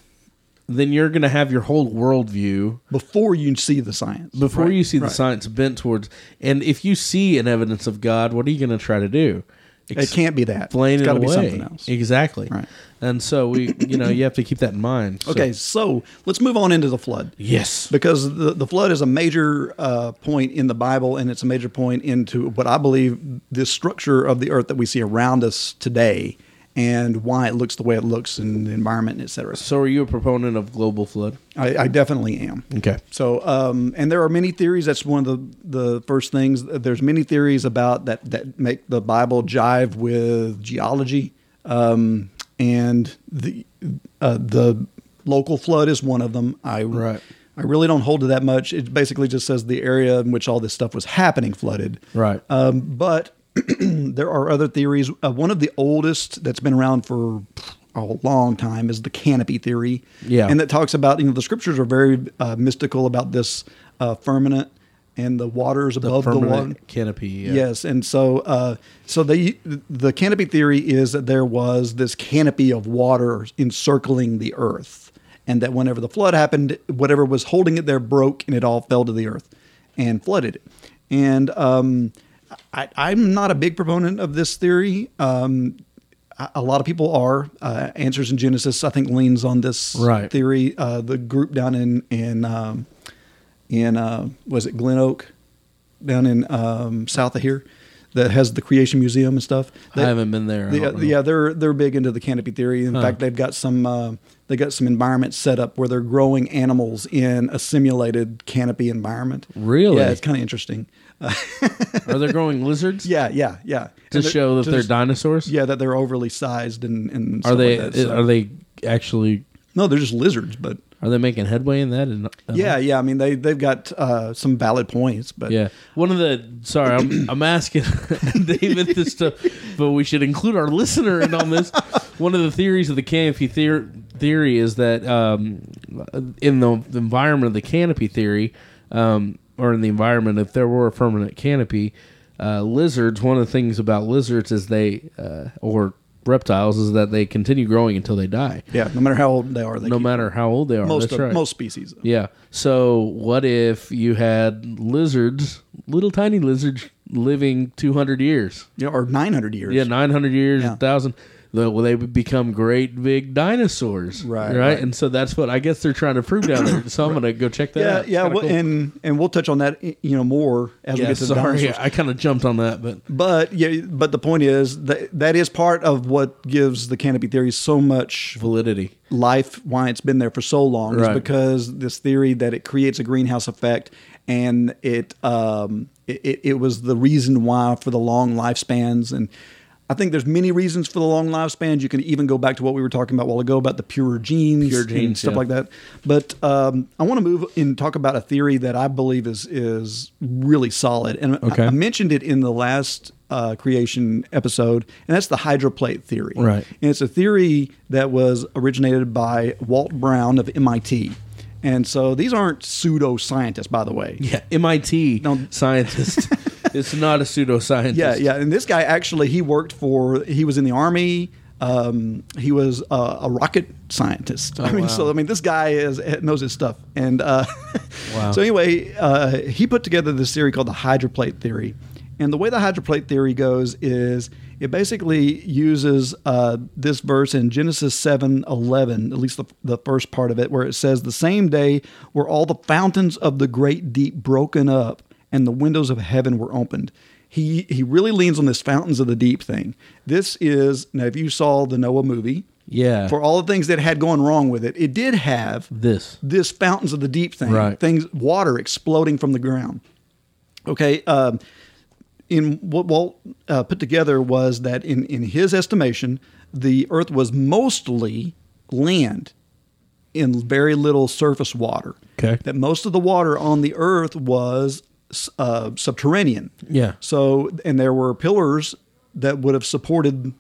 Speaker 2: then you're going to have your whole worldview
Speaker 1: before you see the science,
Speaker 2: before
Speaker 1: Right,
Speaker 2: you see the
Speaker 1: right.
Speaker 2: science bent towards. And if you see an evidence of God, what are you going to try to do?
Speaker 1: it can't be that.
Speaker 2: Explain
Speaker 1: it's
Speaker 2: it
Speaker 1: gotta
Speaker 2: away.
Speaker 1: be something else.
Speaker 2: Exactly.
Speaker 1: Right.
Speaker 2: And so we, you know, you have to keep that in mind. So-
Speaker 1: Okay, so let's move on into the flood.
Speaker 2: Yes.
Speaker 1: because the, the flood is a major uh, point in the Bible, and it's a major point into what I believe the structure of the earth that we see around us today, and why it looks the way it looks, and the environment, et cetera.
Speaker 2: so are you a proponent of global flood?
Speaker 1: I, I definitely am.
Speaker 2: Okay.
Speaker 1: So, um, and there are many theories. That's one of the the first things. There's many theories about that that make the Bible jive with geology, um, and the uh, the local flood is one of them. I
Speaker 2: Right.
Speaker 1: I really don't hold to that much. It basically just says the area in which all this stuff was happening flooded.
Speaker 2: Right.
Speaker 1: Um, but there are other theories. Uh, one of the oldest that's been around for a long time is the canopy theory.
Speaker 2: Yeah.
Speaker 1: And that talks about, you know, the scriptures are very uh, mystical about this uh, firmament and the waters above the,
Speaker 2: Permanent
Speaker 1: water.
Speaker 2: canopy. yeah.
Speaker 1: Yes, and so uh, so the the canopy theory is that there was this canopy of water encircling the earth, and that whenever the flood happened, whatever was holding it there broke, and it all fell to the earth and flooded it. And um, I, I'm not a big proponent of this theory. Um, a a lot of people are. Uh, Answers in Genesis, I think, leans on this
Speaker 2: Right.
Speaker 1: theory. Uh, the group down in in um, in uh, was it Glen Oak down in um, south of here that has the Creation Museum and stuff.
Speaker 2: I haven't been there. I
Speaker 1: They-
Speaker 2: don't know.
Speaker 1: yeah, they're they're big into the canopy theory. In fact, they've got some uh, they got some environments set up where they're growing animals in a simulated canopy environment.
Speaker 2: Really?
Speaker 1: Yeah, it's kind of interesting.
Speaker 2: Are they growing lizards?
Speaker 1: Yeah, yeah, yeah.
Speaker 2: To
Speaker 1: And they're-
Speaker 2: show that
Speaker 1: to
Speaker 2: they're
Speaker 1: just-
Speaker 2: dinosaurs?
Speaker 1: Yeah, that they're overly sized and and
Speaker 2: Are
Speaker 1: stuff
Speaker 2: they
Speaker 1: like that, so-
Speaker 2: are Uh-huh. they actually
Speaker 1: No, they're just lizards, but.
Speaker 2: are they making headway in that? And
Speaker 1: Yeah, yeah. I mean, they they've got uh, some valid points, but
Speaker 2: Yeah. One of the sorry, I'm I'm asking David this stuff, but we should include our listener in on this. One of the theories of the canopy theor- theory is that um, in the environment of the canopy theory, um, or in the environment, if there were a permanent canopy, uh, lizards. One of the things about lizards is they uh, or reptiles is that they continue growing until they die.
Speaker 1: yeah. No matter how old they are, they
Speaker 2: No
Speaker 1: keep-
Speaker 2: matter how old they are,
Speaker 1: most
Speaker 2: Oh, that's
Speaker 1: of,
Speaker 2: right.
Speaker 1: most species.
Speaker 2: Yeah. So what if you had lizards, little tiny lizards, living 200 years?
Speaker 1: Yeah, or 900 years.
Speaker 2: Yeah, 900 years,
Speaker 1: Yeah.
Speaker 2: 1,000. the- well, they would become great big dinosaurs,
Speaker 1: Right,
Speaker 2: Right,
Speaker 1: right.
Speaker 2: and so that's what I guess they're trying to prove down there. So I'm gonna go check that
Speaker 1: Yeah,
Speaker 2: out.
Speaker 1: yeah,
Speaker 2: Kinda
Speaker 1: well,
Speaker 2: cool.
Speaker 1: and and we'll touch on that y- you know more as we
Speaker 2: yeah,
Speaker 1: get to the
Speaker 2: sorry,
Speaker 1: dinosaurs.
Speaker 2: I kind of jumped on that, but
Speaker 1: But yeah, but the point is that that is part of what gives the canopy theory so much
Speaker 2: validity.
Speaker 1: life why it's been there for so long
Speaker 2: Right.
Speaker 1: is because this theory that it creates a greenhouse effect and it um it, it- it was the reason why for the long lifespans and I think there's many reasons for the long lifespans. You can even go back to what we were talking about a while ago about the pure genes,
Speaker 2: Pure
Speaker 1: and
Speaker 2: genes,
Speaker 1: stuff
Speaker 2: yeah.
Speaker 1: like that. But um, I want to move and talk about a theory that I believe is is really solid. And I-
Speaker 2: Okay.
Speaker 1: I, mentioned it in the last uh, creation episode, and that's the hydroplate theory.
Speaker 2: Right.
Speaker 1: And it's a theory that was originated by Walt Brown of MIT. And so these aren't pseudoscientists, by the way.
Speaker 2: Yeah, MIT
Speaker 1: No.
Speaker 2: scientist. it's not a pseudoscientist.
Speaker 1: Yeah, yeah. And this guy actually, he worked for, he was in the army. Um, he was uh, a rocket scientist. I mean,
Speaker 2: Oh, wow.
Speaker 1: so I mean, this guy is knows his stuff. And uh, so anyway, uh, he put together this theory called the hydroplate theory. And the way the hydroplate theory goes is it basically uses uh, this verse in Genesis seven eleven, at least the, the first part of it, where it says, The same day were all the fountains of the great deep broken up, and the windows of heaven were opened. He, he really leans on this fountains of the deep thing. This is, now, if you saw the Noah movie,
Speaker 2: Yeah.
Speaker 1: for all the things that had gone wrong with it, it did have
Speaker 2: This.
Speaker 1: this fountains of the deep thing,
Speaker 2: Right.
Speaker 1: things water exploding from the ground. Okay, um, in what Walt uh, put together was that in in his estimation, the Earth was mostly land, in very little surface water.
Speaker 2: Okay.
Speaker 1: that most of the water on the Earth was uh, subterranean.
Speaker 2: Yeah.
Speaker 1: So, and there were pillars that would have supported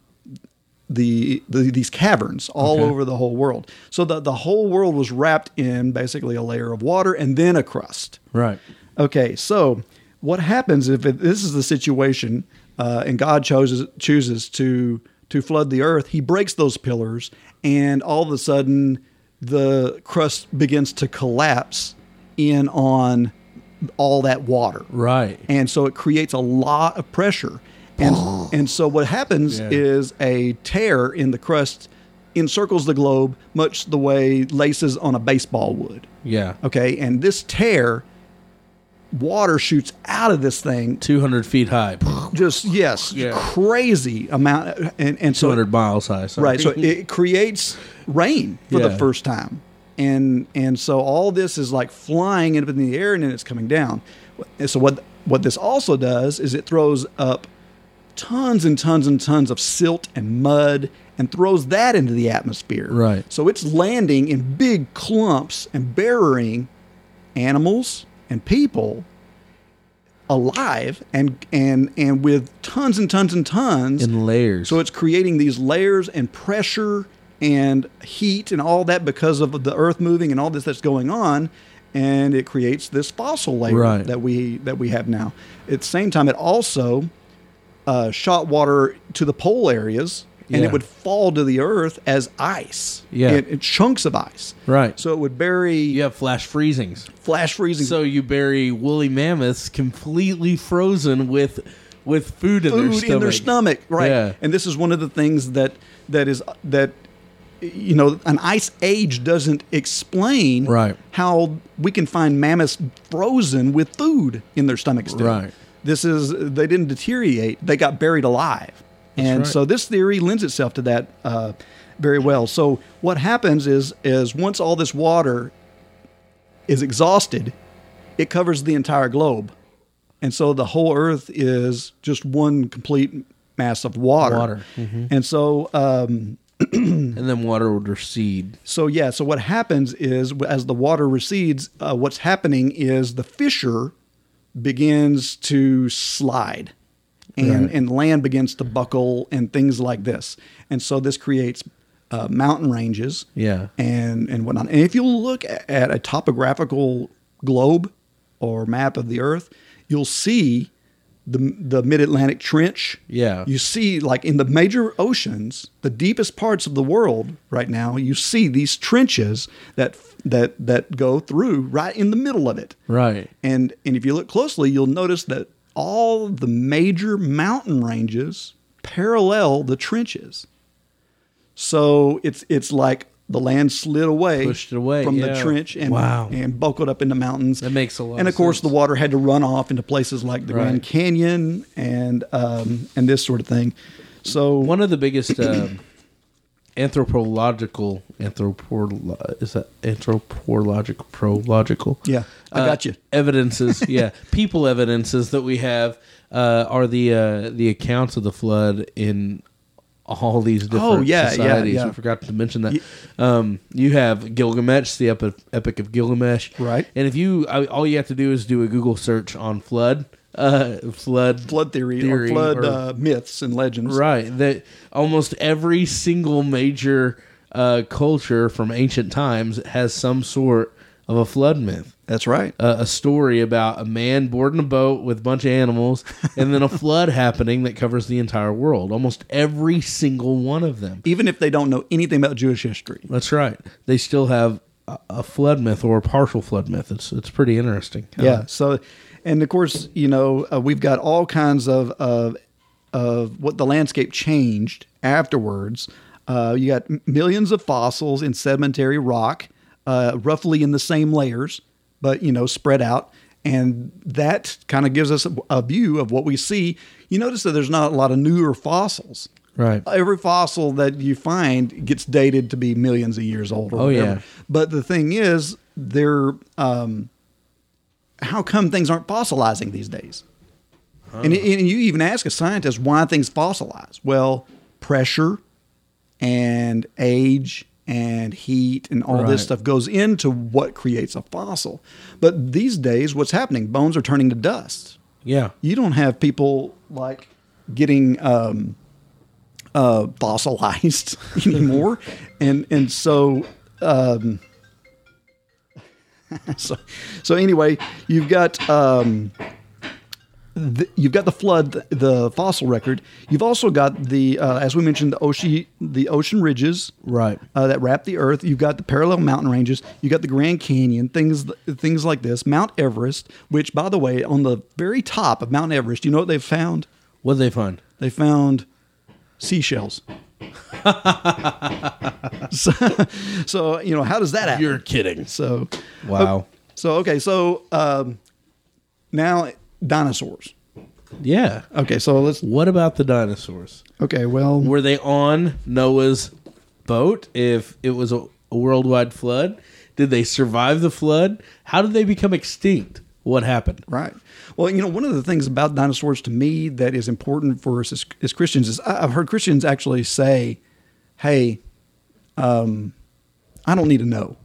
Speaker 1: the, the these caverns all
Speaker 2: Okay.
Speaker 1: over the whole world. So the the whole world was wrapped in basically a layer of water and then a crust.
Speaker 2: Right.
Speaker 1: Okay, so what happens if it, this is the situation uh, and God chooses chooses to to flood the earth? He breaks those pillars, and all of a sudden, the crust begins to collapse in on all that water.
Speaker 2: Right.
Speaker 1: And so it creates a lot of pressure. And, and so what happens
Speaker 2: Yeah.
Speaker 1: is a tear in the crust encircles the globe, much the way laces on a baseball would.
Speaker 2: yeah.
Speaker 1: Okay. And this tear, water shoots out of this thing.
Speaker 2: 200 feet high.
Speaker 1: Just, yes,
Speaker 2: Yeah.
Speaker 1: crazy amount. And, and so
Speaker 2: 200 miles high. Sorry.
Speaker 1: Right. So it creates rain for the
Speaker 2: Yeah.
Speaker 1: first time. And and so all this is like flying up in the air and then it's coming down. And so what what this also does is it throws up tons and tons and tons of silt and mud and throws that into the atmosphere.
Speaker 2: Right.
Speaker 1: So it's landing in big clumps and burying animals and people alive and and and with tons and tons and tons
Speaker 2: in layers.
Speaker 1: so it's creating these layers and pressure and heat and all that because of the earth moving and all this that's going on and it creates this fossil layer
Speaker 2: Right.
Speaker 1: that we that we have now. At the same time it also uh, shot water to the pole areas and
Speaker 2: Yeah.
Speaker 1: it would fall to the earth as ice.
Speaker 2: Yeah.
Speaker 1: It, it chunks of ice.
Speaker 2: Right.
Speaker 1: So it would bury
Speaker 2: you have flash freezings.
Speaker 1: flash freezing
Speaker 2: So you bury woolly mammoths completely frozen with with food in their
Speaker 1: food
Speaker 2: stomach.
Speaker 1: in their stomach, right?
Speaker 2: Yeah.
Speaker 1: And this is one of the things that that is that you know an ice age doesn't explain
Speaker 2: Right.
Speaker 1: how we can find mammoths frozen with food in their stomachs. still.
Speaker 2: Right.
Speaker 1: This is they didn't deteriorate; they got buried alive. and
Speaker 2: right.
Speaker 1: so this theory lends itself to that uh, very well. So what happens is is once all this water is exhausted, it covers the entire globe. And so the whole earth is just one complete mass of water.
Speaker 2: Water.
Speaker 1: And so, um,
Speaker 2: And then water would recede.
Speaker 1: so yeah, so what happens is as the water recedes, uh, what's happening is the fissure begins to slide. And, and land begins to buckle and things like this. And so this creates uh, mountain ranges
Speaker 2: Yeah.
Speaker 1: and and whatnot. And if you look a- at a topographical globe or map of the Earth, you'll see the the Mid Atlantic Trench.
Speaker 2: Yeah.
Speaker 1: you see like in the major oceans, the deepest parts of the world right now, you see these trenches that that that go through right in the middle of it.
Speaker 2: Right.
Speaker 1: And and if you look closely, you'll notice that all the major mountain ranges parallel the trenches. So it's it's like the land slid away,
Speaker 2: Pushed it away,
Speaker 1: from the
Speaker 2: yeah.
Speaker 1: trench and
Speaker 2: Wow.
Speaker 1: and buckled up in the mountains.
Speaker 2: That makes a lot
Speaker 1: And
Speaker 2: of
Speaker 1: of course,
Speaker 2: sense.
Speaker 1: the water had to run off into places like the
Speaker 2: Right.
Speaker 1: Grand Canyon and um, and this sort of thing. So
Speaker 2: One of the biggest um, anthropological anthropor is that anthropological prological
Speaker 1: yeah, I
Speaker 2: uh,
Speaker 1: got you.
Speaker 2: Evidences, yeah, people evidences that we have uh, are the uh, the accounts of the flood in all these different
Speaker 1: Oh, yeah, yeah,
Speaker 2: societies.
Speaker 1: yeah.
Speaker 2: We forgot to mention that. um, you have Gilgamesh, the epic, epic of Gilgamesh,
Speaker 1: Right.
Speaker 2: And if you I, all you have to do is do a Google search on flood, uh, flood,
Speaker 1: Flood theory, or flood
Speaker 2: or-
Speaker 1: uh, myths and legends.
Speaker 2: Right. That almost every single major uh, culture from ancient times has some sort of a flood myth.
Speaker 1: That's right.
Speaker 2: Uh, a story about a man boarding a boat with a bunch of animals and then a flood happening that covers the entire world. Almost every single one of them.
Speaker 1: Even if they don't know anything about Jewish history,
Speaker 2: That's right. They still have a, a flood myth or a partial flood myth. It's, it's pretty interesting. Uh,
Speaker 1: yeah Uh, so and of course you know uh, we've got all kinds of of of what the landscape changed afterwards uh, you got m- millions of fossils in sedimentary rock uh, roughly in the same layers but you know spread out and that kind of gives us a, a view of what we see you notice that there's not a lot of newer fossils
Speaker 2: Right.
Speaker 1: every fossil that you find gets dated to be millions of years old or
Speaker 2: Oh,
Speaker 1: whatever.
Speaker 2: yeah.
Speaker 1: but the thing is they're um, how come things aren't fossilizing these days? And, and you even ask a scientist why things fossilize. Well, pressure and age and heat and all
Speaker 2: Right.
Speaker 1: this stuff goes into what creates a fossil. But these days, what's happening? Bones are turning to dust.
Speaker 2: Yeah.
Speaker 1: You don't have people like getting um, uh, fossilized anymore, and and so um, so, so anyway, you've got um, the, you've got the flood, the, fossil record. You've also got the, uh, as we mentioned, the ocean, the ocean ridges,
Speaker 2: Right.
Speaker 1: uh, that wrap the Earth. You've got the parallel mountain ranges. You've got the Grand Canyon, things, things like this. Mount Everest, which, by the way, on the very top of Mount Everest, you know what they've found?
Speaker 2: What'd they find?
Speaker 1: They found seashells. so, so, you know, how does that happen?
Speaker 2: You're kidding.
Speaker 1: so,
Speaker 2: Wow.
Speaker 1: so okay, so um, now dinosaurs.
Speaker 2: Yeah.
Speaker 1: Okay, so let's.
Speaker 2: What about the dinosaurs?
Speaker 1: Okay, well,
Speaker 2: Were they on Noah's boat if it was a, a worldwide flood? Did they survive the flood? How did they become extinct? What happened?
Speaker 1: right. Well, you know, one of the things about dinosaurs to me that is important for us as, as Christians is I, I've heard Christians actually say, "Hey, um, I don't need to know.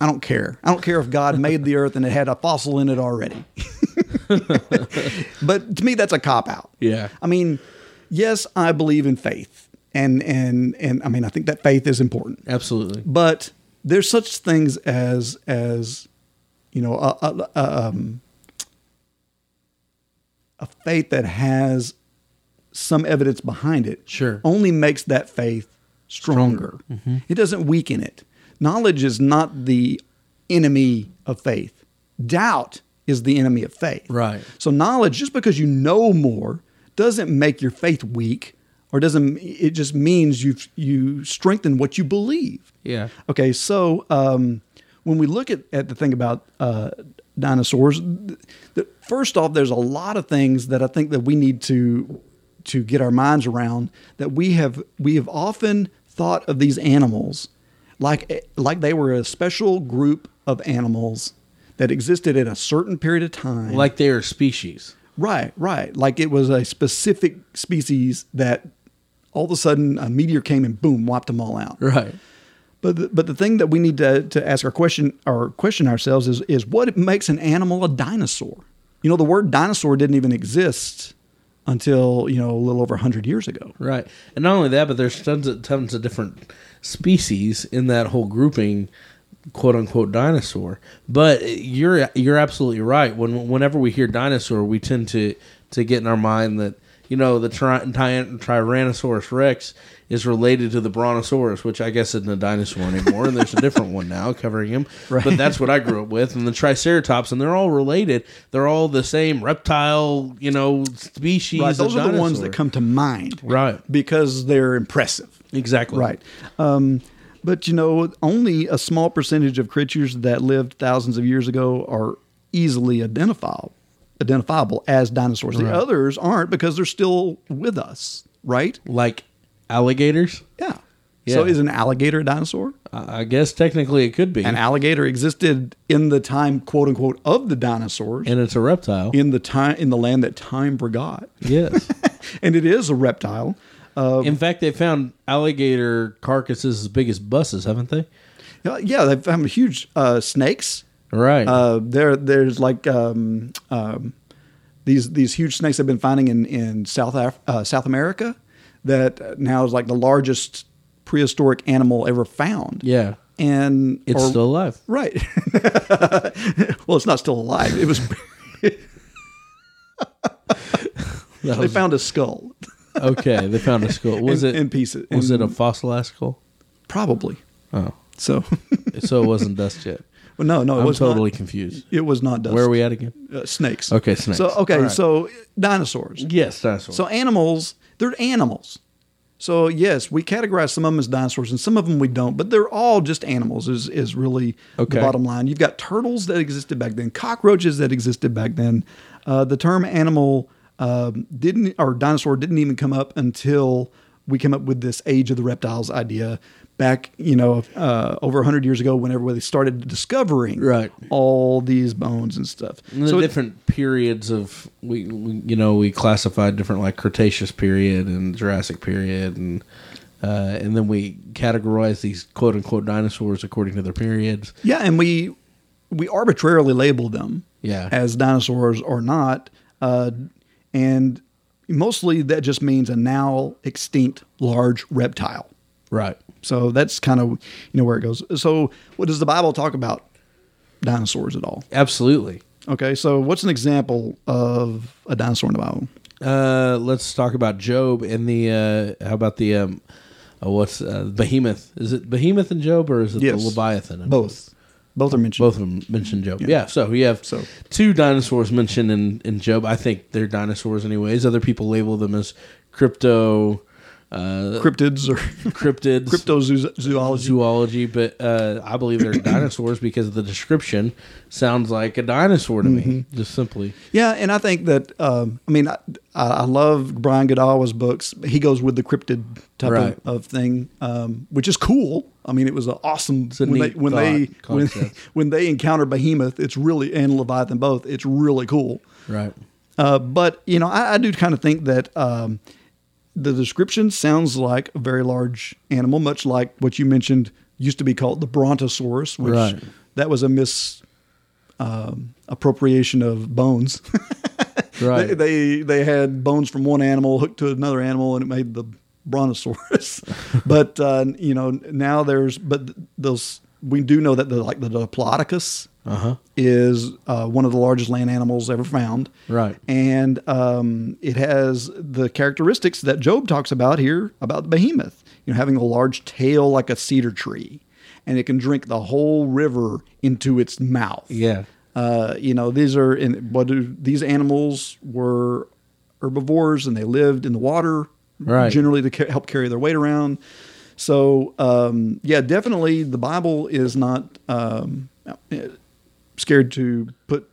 Speaker 1: I don't care. I don't care if God made the earth and it had a fossil in it already." but to me, that's a cop out.
Speaker 2: Yeah.
Speaker 1: I mean, yes, I believe in faith, and and and I mean, I think that faith is important.
Speaker 2: Absolutely.
Speaker 1: but there's such things as as you know a, a, a, um, a faith that has some evidence behind it
Speaker 2: Sure. Mm-hmm.
Speaker 1: only makes that faith stronger it doesn't weaken it knowledge is not the enemy of faith doubt is the enemy of faith
Speaker 2: Right.
Speaker 1: so knowledge just because you know more doesn't make your faith weak or doesn't it just means you you strengthen what you believe
Speaker 2: Yeah.
Speaker 1: Okay, so um, when we look at, at the thing about uh, dinosaurs, th- th- first off, there's a lot of things that I think that we need to to get our minds around that we have we have often thought of these animals like like they were a special group of animals that existed at a certain period of time.
Speaker 2: Like they are species.
Speaker 1: Right, right. Like it was a specific species that all of a sudden a meteor came and boom, wiped them all out.
Speaker 2: Right.
Speaker 1: But the, but the thing that we need to, to ask our question or question ourselves is is what makes an animal a dinosaur? You know, the word dinosaur didn't even exist until you know a little over hundred years ago.
Speaker 2: Right. And not only that, but there's tons of tons of different species in that whole grouping, quote unquote dinosaur. But you're you're absolutely right. When whenever we hear dinosaur, we tend to to get in our mind that you know the tri- ty- Tyrannosaurus Rex is related to the Brontosaurus, which I guess isn't a dinosaur anymore, and there's a different one now covering him. But that's what I grew up with, and the Triceratops, and they're all related. They're all the same reptile, you know, species.
Speaker 1: Right,
Speaker 2: of
Speaker 1: those are the ones
Speaker 2: dinosaur.
Speaker 1: that come to mind,
Speaker 2: Right.
Speaker 1: Because they're impressive.
Speaker 2: Exactly.
Speaker 1: Right. Um, but you know, only a small percentage of creatures that lived thousands of years ago are easily identifiable, identifiable as dinosaurs. The others aren't because they're still with us, right?
Speaker 2: Like alligators?
Speaker 1: Yeah. So
Speaker 2: Yeah.
Speaker 1: is an alligator a dinosaur?
Speaker 2: I I guess technically it could be.
Speaker 1: An alligator existed in the time, quote unquote, of the dinosaurs.
Speaker 2: and it's a reptile.
Speaker 1: in the time in the land that time forgot,
Speaker 2: Yes.
Speaker 1: and it is a reptile. Um,
Speaker 2: In fact, they found alligator carcasses as big as buses, haven't they?
Speaker 1: Uh, Yeah, they found huge uh, snakes.
Speaker 2: Right.
Speaker 1: Uh, there, there's like um, um, these these huge snakes they've been finding in in South Af- uh, South America that now is like the largest prehistoric animal ever found.
Speaker 2: yeah.
Speaker 1: and
Speaker 2: It's
Speaker 1: or-
Speaker 2: still alive.
Speaker 1: right. well, it's not still alive. It was
Speaker 2: That
Speaker 1: they
Speaker 2: was-
Speaker 1: found a skull
Speaker 2: okay, they found a skull. Was
Speaker 1: in,
Speaker 2: it
Speaker 1: in pieces.
Speaker 2: was
Speaker 1: in-
Speaker 2: it a fossilized skull?
Speaker 1: probably?
Speaker 2: Oh.
Speaker 1: So,
Speaker 2: So it wasn't dust yet.
Speaker 1: well, no, no, it
Speaker 2: I'm
Speaker 1: was
Speaker 2: totally
Speaker 1: Not,
Speaker 2: confused.
Speaker 1: it was not dust.
Speaker 2: Where are we at again?
Speaker 1: Uh, snakes.
Speaker 2: Okay, snakes.
Speaker 1: So okay,
Speaker 2: All right.
Speaker 1: so dinosaurs.
Speaker 2: Yes, dinosaurs.
Speaker 1: So animals, they're animals. So yes, we categorize some of them as dinosaurs and some of them we don't, but they're all just animals. Is is really
Speaker 2: Okay.
Speaker 1: the bottom line. You've got turtles that existed back then, cockroaches that existed back then. Uh, the term animal um, didn't or dinosaur didn't even come up until we came up with this age of the reptiles idea back you know uh, over 100 years ago whenever they started discovering
Speaker 2: Right.
Speaker 1: all these bones and stuff
Speaker 2: And the
Speaker 1: it-
Speaker 2: different periods of we, we, you know, we classified different like Cretaceous period and Jurassic period, and uh, and then we categorized these quote unquote dinosaurs according to their periods.
Speaker 1: Yeah, and we we arbitrarily label them
Speaker 2: Yeah.
Speaker 1: as dinosaurs or not, uh, and mostly that just means a now extinct large reptile.
Speaker 2: Right.
Speaker 1: So that's kind of you know where it goes. So what does the Bible talk about dinosaurs at all?
Speaker 2: Absolutely.
Speaker 1: Okay, so what's an example of a dinosaur in the Bible?
Speaker 2: Uh, let's talk about Job and the uh, how about the um, uh, what's uh, Behemoth? Is it Behemoth and Job or is it
Speaker 1: Yes.
Speaker 2: the Leviathan? And
Speaker 1: Both, both are mentioned.
Speaker 2: Both of them mentioned Job. Yeah. so you have
Speaker 1: So-
Speaker 2: two dinosaurs mentioned in, in Job. I think they're dinosaurs, anyways. Other people label them as crypto uh,
Speaker 1: cryptids or
Speaker 2: cryptids,
Speaker 1: cryptozoology.
Speaker 2: zoology, but uh, I believe they're dinosaurs because the description sounds like a dinosaur to me.
Speaker 1: Mm-hmm.
Speaker 2: Just simply,
Speaker 1: Yeah, and I think that um, I mean I, I I love Brian Godawa's books. He goes with the cryptid type
Speaker 2: Right.
Speaker 1: of, of thing, um, which is cool. I mean, it was an awesome
Speaker 2: a
Speaker 1: when they
Speaker 2: neat
Speaker 1: when they
Speaker 2: thought
Speaker 1: when,
Speaker 2: concept.
Speaker 1: when they encounter Behemoth. It's really and Leviathan both. It's really cool.
Speaker 2: right?
Speaker 1: Uh, but you know, I, I do kind of think that um, the description sounds like a very large animal, much like what you mentioned used to be called the Brontosaurus, which
Speaker 2: Right.
Speaker 1: that was a mis um, appropriation of bones.
Speaker 2: Right.
Speaker 1: They, they they had bones from one animal hooked to another animal, and it made the brontosaurus. but uh, you know now there's but those we do know that the like the diplodocus
Speaker 2: Uh-huh.
Speaker 1: is uh, one of the largest land animals ever found.
Speaker 2: Right.
Speaker 1: and um, it has the characteristics that Job talks about here about the behemoth. You know, having a large tail like a cedar tree, and it can drink the whole river into its mouth
Speaker 2: yeah.
Speaker 1: uh, you know these are in what do these animals were herbivores and they lived in the water
Speaker 2: Right.
Speaker 1: generally to ca- help carry their weight around so um, yeah definitely the bible is not um, eh, scared to put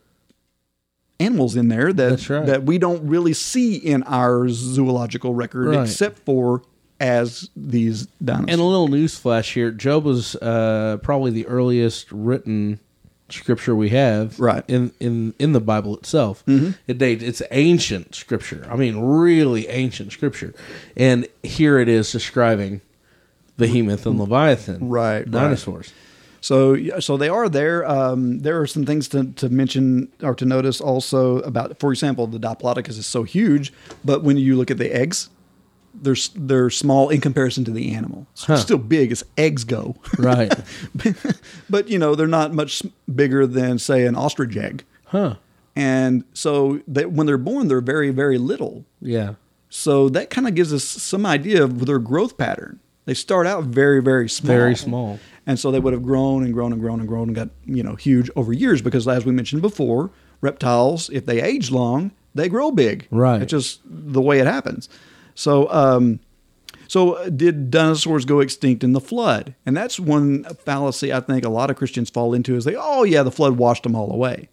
Speaker 1: animals in there that
Speaker 2: That's right.
Speaker 1: that we don't really see in our zoological record
Speaker 2: Right.
Speaker 1: except for as these dinosaurs
Speaker 2: And a little news flash here: Job was uh, probably the earliest written scripture we have,
Speaker 1: Right. Mm-hmm.
Speaker 2: in in in the Bible itself. It dates it's ancient scripture. I mean, really ancient scripture. And here it is describing Behemoth and Leviathan,
Speaker 1: Mm-hmm. Right, right.
Speaker 2: Dinosaurs.
Speaker 1: So, yeah, so they are there. Um, there are some things to, to mention or to notice also about, for example, the Diplodocus is so huge, but when you look at the eggs, they're, s- they're small in comparison to the animal. It's Still big as eggs go.
Speaker 2: Right.
Speaker 1: but, you know, they're not much bigger than, say, an ostrich egg.
Speaker 2: huh.
Speaker 1: And so they, when they're born, they're very, very little.
Speaker 2: Yeah.
Speaker 1: So that kind of gives us some idea of their growth pattern. They start out very, very small.
Speaker 2: Very small.
Speaker 1: And so they would have grown and grown and grown and grown and got, you know, huge over years because as we mentioned before, reptiles, if they age long, they grow big.
Speaker 2: Right.
Speaker 1: It's just the way it happens. So um So, uh, did dinosaurs go extinct in the flood? And that's one fallacy I think a lot of Christians fall into is they, oh, yeah, the flood washed them all away.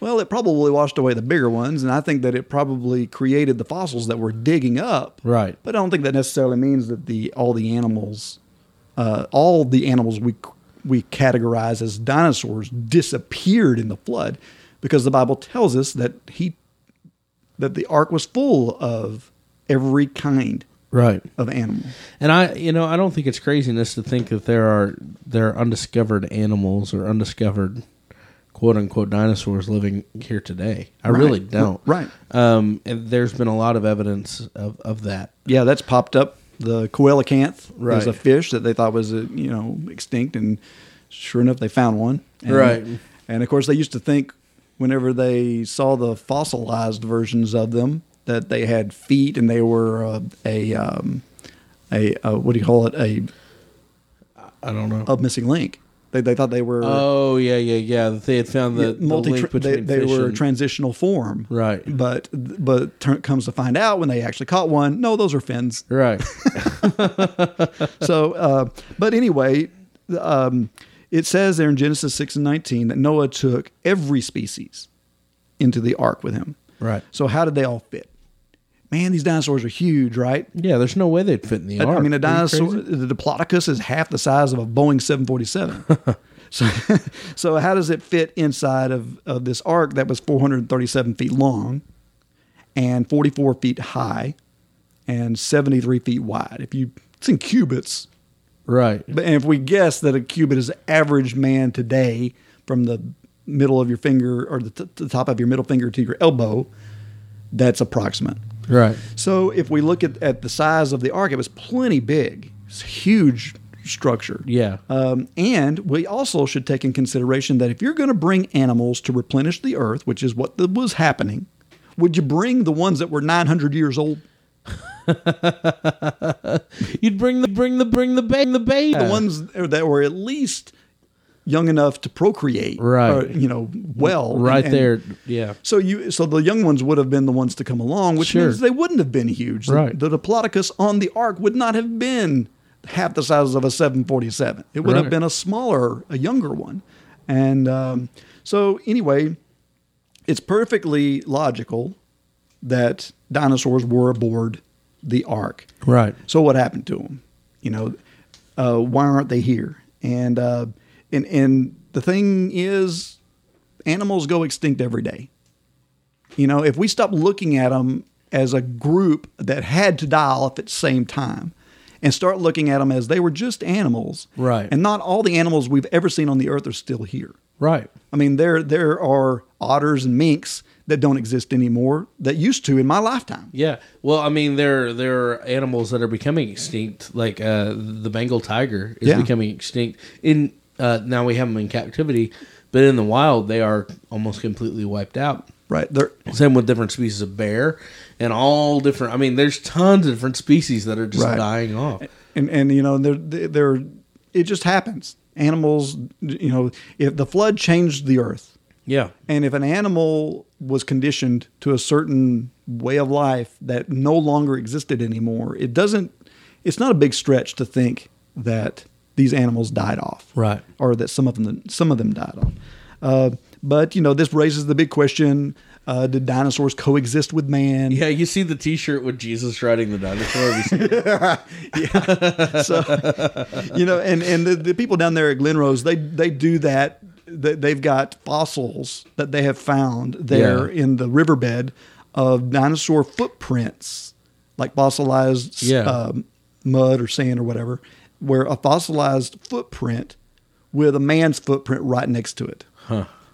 Speaker 1: well, it probably washed away the bigger ones. And I think that it probably created the fossils that we're digging up.
Speaker 2: Right.
Speaker 1: But I don't think that necessarily means that the all the animals, uh, all the animals we we categorize as dinosaurs disappeared in the flood, because the Bible tells us that he that the ark was full of every kind
Speaker 2: Right.
Speaker 1: of animal.
Speaker 2: And I, you know, I don't think it's craziness to think that there are there are undiscovered animals or undiscovered quote unquote dinosaurs living here today. I really don't.
Speaker 1: Right.
Speaker 2: Um, and there's been a lot of evidence of, of that.
Speaker 1: Yeah, that's popped up. The coelacanth was a
Speaker 2: Right.
Speaker 1: fish that they thought was uh, you know extinct, and sure enough, they found one. And,
Speaker 2: Right.
Speaker 1: And of course, they used to think whenever they saw the fossilized versions of them that they had feet and they were uh, a um, a uh, what do you call it a
Speaker 2: I don't know.
Speaker 1: a missing link. They they thought they were
Speaker 2: oh yeah, yeah, yeah. That they had found the, the
Speaker 1: multi
Speaker 2: link
Speaker 1: they,
Speaker 2: between
Speaker 1: they
Speaker 2: fish
Speaker 1: were
Speaker 2: and-
Speaker 1: transitional form
Speaker 2: Right.
Speaker 1: but but turn, comes to find out when they actually caught one no those are fins
Speaker 2: Right.
Speaker 1: so, uh, but anyway, um, it says there in Genesis 6 and 19 that Noah took every species into the ark with him.
Speaker 2: Right.
Speaker 1: So, how did they all fit? Man, these dinosaurs are huge, right?
Speaker 2: Yeah, there's no way they'd fit in the
Speaker 1: I-
Speaker 2: ark.
Speaker 1: I mean, a
Speaker 2: Are you crazy?
Speaker 1: dinosaur, the Diplodocus is half the size of a Boeing 747. so, so how does it fit inside of, of this ark that was 437 feet long and 44 feet high and 73 feet wide? If you, it's in cubits.
Speaker 2: Right.
Speaker 1: But and if we guess that a cubit is average man today, from the middle of your finger or the, t- the top of your middle finger to your elbow, that's approximate.
Speaker 2: Right.
Speaker 1: So if we look at, at the size of the ark, it was plenty big. It's a huge structure.
Speaker 2: Yeah.
Speaker 1: Um, and we also should take in consideration that if you're going to bring animals to replenish the earth, which is what the, was happening, would you bring the ones that were 900 years old?
Speaker 2: You'd bring the bring the bring the bang the baby.
Speaker 1: the ones that were at least young enough to procreate,
Speaker 2: Right.
Speaker 1: or, you know, well,
Speaker 2: right
Speaker 1: And- and
Speaker 2: there. Yeah.
Speaker 1: So you, so the young ones would have been the ones to come along, which
Speaker 2: Sure.
Speaker 1: means they wouldn't have been huge. The-
Speaker 2: Right.
Speaker 1: The, Diplodocus on the Ark would not have been half the size of a 747. It would have
Speaker 2: Right.
Speaker 1: been a smaller, a younger one, and um, so anyway, it's perfectly logical that dinosaurs were aboard the Ark.
Speaker 2: Right.
Speaker 1: So what happened to them? You know, uh, why aren't they here? And uh, and and the thing is, animals go extinct every day. You know, if we stop looking at them as a group that had to die off at the same time, and start looking at them as they were just animals,
Speaker 2: Right.
Speaker 1: And not all the animals we've ever seen on the earth are still here.
Speaker 2: Right.
Speaker 1: I mean, there there are otters and minks that don't exist anymore that used to in my lifetime.
Speaker 2: Yeah. Well, I mean, there there are animals that are becoming extinct, like uh, the Bengal tiger is
Speaker 1: Yeah.
Speaker 2: becoming extinct. In uh, now we have them in captivity, but in the wild they are almost completely wiped out.
Speaker 1: Right? They're
Speaker 2: Same with different species of bear, and all different. I mean, there's tons of different species that are just
Speaker 1: Right.
Speaker 2: dying off.
Speaker 1: and and you know they're they're it just happens animals you know if the flood changed the earth
Speaker 2: Yeah.
Speaker 1: and if an animal was conditioned to a certain way of life that no longer existed anymore it doesn't it's not a big stretch to think that these animals died off
Speaker 2: Right.
Speaker 1: or that some of them some of them died off uh, but you know this raises the big question uh, did dinosaurs coexist with man
Speaker 2: Yeah, you see the T-shirt with Jesus riding the dinosaur. Have you seen it?
Speaker 1: so you know and and the, the people down there at glenrose they they do that They- they've got fossils that they have found there
Speaker 2: Yeah.
Speaker 1: in the riverbed of dinosaur footprints like fossilized
Speaker 2: Yeah.
Speaker 1: um, mud or sand or whatever where a fossilized footprint with a man's footprint right next to it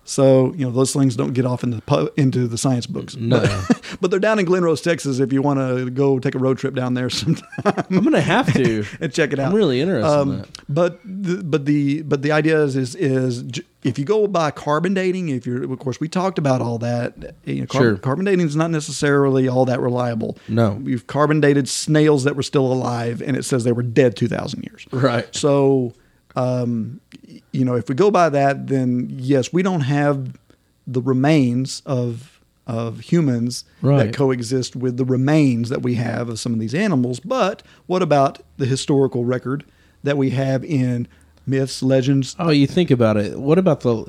Speaker 1: so you know those things don't get off into the pu- into the science books
Speaker 2: No.
Speaker 1: but, but they're down in glenrose texas if you want to go take a road trip down there sometime
Speaker 2: I'm gonna have to.
Speaker 1: and check it out. Um,
Speaker 2: I'm really interested in that.
Speaker 1: But the, but the but the idea is, is is j- if you go by carbon dating, if you're of course we talked about all that. You know, carb-
Speaker 2: Sure.
Speaker 1: Carbon dating is not necessarily all that reliable.
Speaker 2: No.
Speaker 1: we've carbon dated snails that were still alive, and it says they were dead two thousand years.
Speaker 2: Right.
Speaker 1: So, um, y- you know, if we go by that, then yes, we don't have the remains of of humans
Speaker 2: Right.
Speaker 1: that coexist with the remains that we have of some of these animals. But what about the historical record that we have in myths, legends?
Speaker 2: Oh, you think about it. What about the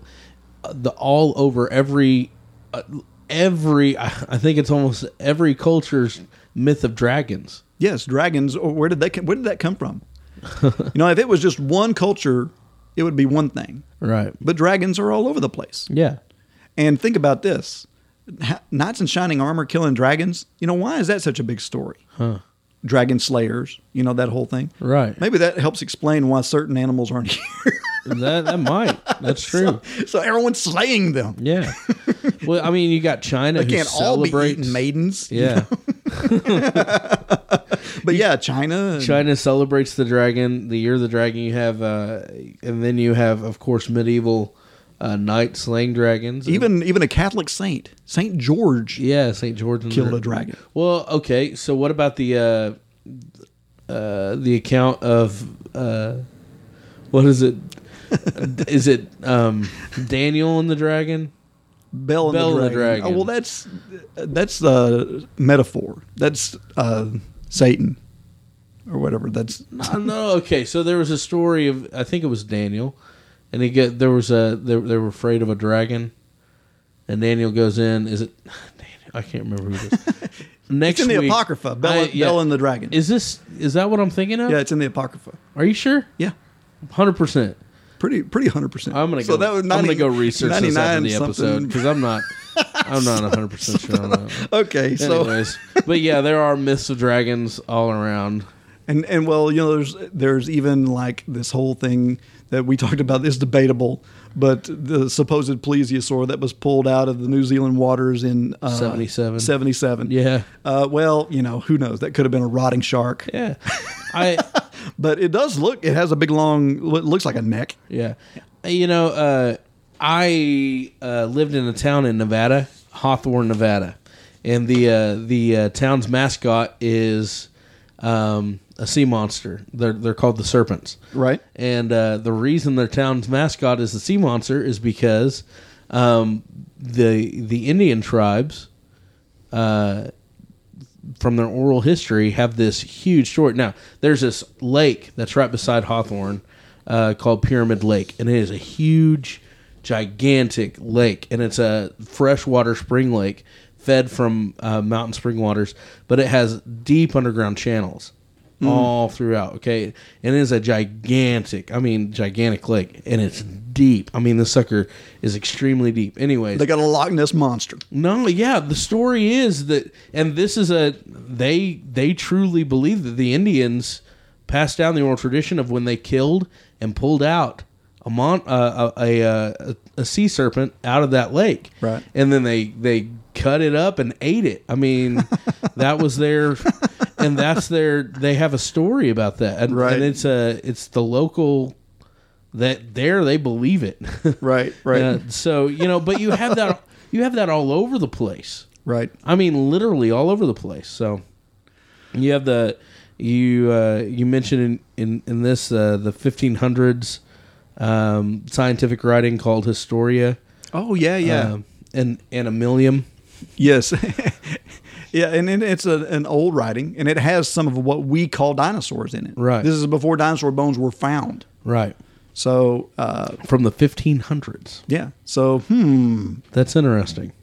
Speaker 2: the all over every uh, every I I think it's almost every culture's myth of dragons.
Speaker 1: Yes, dragons. Or where did that come, where did that come from? you know, if it was just one culture, it would be one thing.
Speaker 2: Right.
Speaker 1: But dragons are all over the place.
Speaker 2: Yeah.
Speaker 1: And think about this Ha- knights in shining armor killing dragons. You know, why is that such a big story? Huh. Dragon slayers, you know, that whole thing.
Speaker 2: Right.
Speaker 1: Maybe that helps explain why certain animals aren't here.
Speaker 2: that that might. That's true.
Speaker 1: so everyone's slaying them.
Speaker 2: Yeah. Well, I mean, you got China
Speaker 1: They
Speaker 2: who
Speaker 1: can't all be
Speaker 2: celebrates
Speaker 1: eating maidens.
Speaker 2: Yeah.
Speaker 1: But yeah, China. and-
Speaker 2: China celebrates the dragon, the year of the dragon. You have, uh, and then you have, of course, medieval uh, knights slaying dragons.
Speaker 1: Even even a Catholic saint, Saint George.
Speaker 2: yeah, Saint George and the-
Speaker 1: Killed a dragon.
Speaker 2: Well, okay. So what about the uh, uh, the account of uh, what is it? is it um, Daniel and the dragon?
Speaker 1: Bell and,
Speaker 2: Bell
Speaker 1: the,
Speaker 2: and the
Speaker 1: dragon.
Speaker 2: Dragon.
Speaker 1: Oh, well, that's that's uh, metaphor. That's uh, Satan or whatever. That's
Speaker 2: Uh, no, okay. So there was a story of I think it was Daniel, and he get there was a they, they were afraid of a dragon, and Daniel goes in. Is it Daniel? I can't remember who it is. Next
Speaker 1: it's in the
Speaker 2: week-
Speaker 1: Apocrypha. Bell,
Speaker 2: I- yeah.
Speaker 1: Bell and the dragon.
Speaker 2: Is this is that what I'm thinking of?
Speaker 1: yeah, it's in the Apocrypha.
Speaker 2: Are you sure?
Speaker 1: Yeah,
Speaker 2: Hundred percent.
Speaker 1: pretty pretty hundred percent.
Speaker 2: I'm gonna go. I'm gonna go research this after the episode because I'm not. I'm not 100 percent sure on that.
Speaker 1: Okay, so
Speaker 2: Anyways, but yeah, there are myths of dragons all around.
Speaker 1: and and well, you know, there's there's even like this whole thing that we talked about is debatable, but the supposed plesiosaur that was pulled out of the New Zealand waters in uh,
Speaker 2: 77.
Speaker 1: 77.
Speaker 2: Yeah.
Speaker 1: Uh, well, you know, who knows? That could have been a rotting shark.
Speaker 2: Yeah, I.
Speaker 1: But it does look, it has a big long, what looks like a neck.
Speaker 2: Yeah. You know, uh, I uh, lived in a town in Nevada, Hawthorne, Nevada, and the uh, the uh, town's mascot is um, a sea monster. They're they're called the Serpents,
Speaker 1: Right.
Speaker 2: And uh, the reason their town's mascot is the sea monster is because um, the the Indian tribes from their oral history have this huge story. Now, there's this lake that's right beside Hawthorne uh, called Pyramid Lake, and it is a huge, gigantic lake, and it's a freshwater spring lake fed from uh, mountain spring waters, but it has deep underground channels all throughout. Okay, and it is a gigantic, I mean, gigantic lake, and it's deep. I mean, this sucker is extremely deep. Anyways,
Speaker 1: They got a Loch Ness monster.
Speaker 2: no, yeah, the story is that, and this is a they they truly believe that the Indians passed down the oral tradition of when they killed and pulled out a mon uh, a, a, a a sea serpent out of that lake,
Speaker 1: Right.
Speaker 2: And then they they cut it up and ate it. I mean, that was their, and that's their. They have a story about that, and,
Speaker 1: Right.
Speaker 2: and it's a it's the local that there they believe it,
Speaker 1: Right, right.
Speaker 2: Yeah, so you know, but you have that you have that all over the place.
Speaker 1: Right.
Speaker 2: I mean, literally all over the place. So you have the you uh, you mentioned in in, in this uh, the 1500s um, scientific writing called Historia.
Speaker 1: Oh, yeah, yeah.
Speaker 2: um, and Animilium.
Speaker 1: yes. yeah, and, and it's a, an old writing, and it has some of what we call dinosaurs in it.
Speaker 2: Right.
Speaker 1: This is before dinosaur bones were found.
Speaker 2: Right.
Speaker 1: So, uh,
Speaker 2: From the 1500s.
Speaker 1: yeah. So, hmm.
Speaker 2: That's interesting.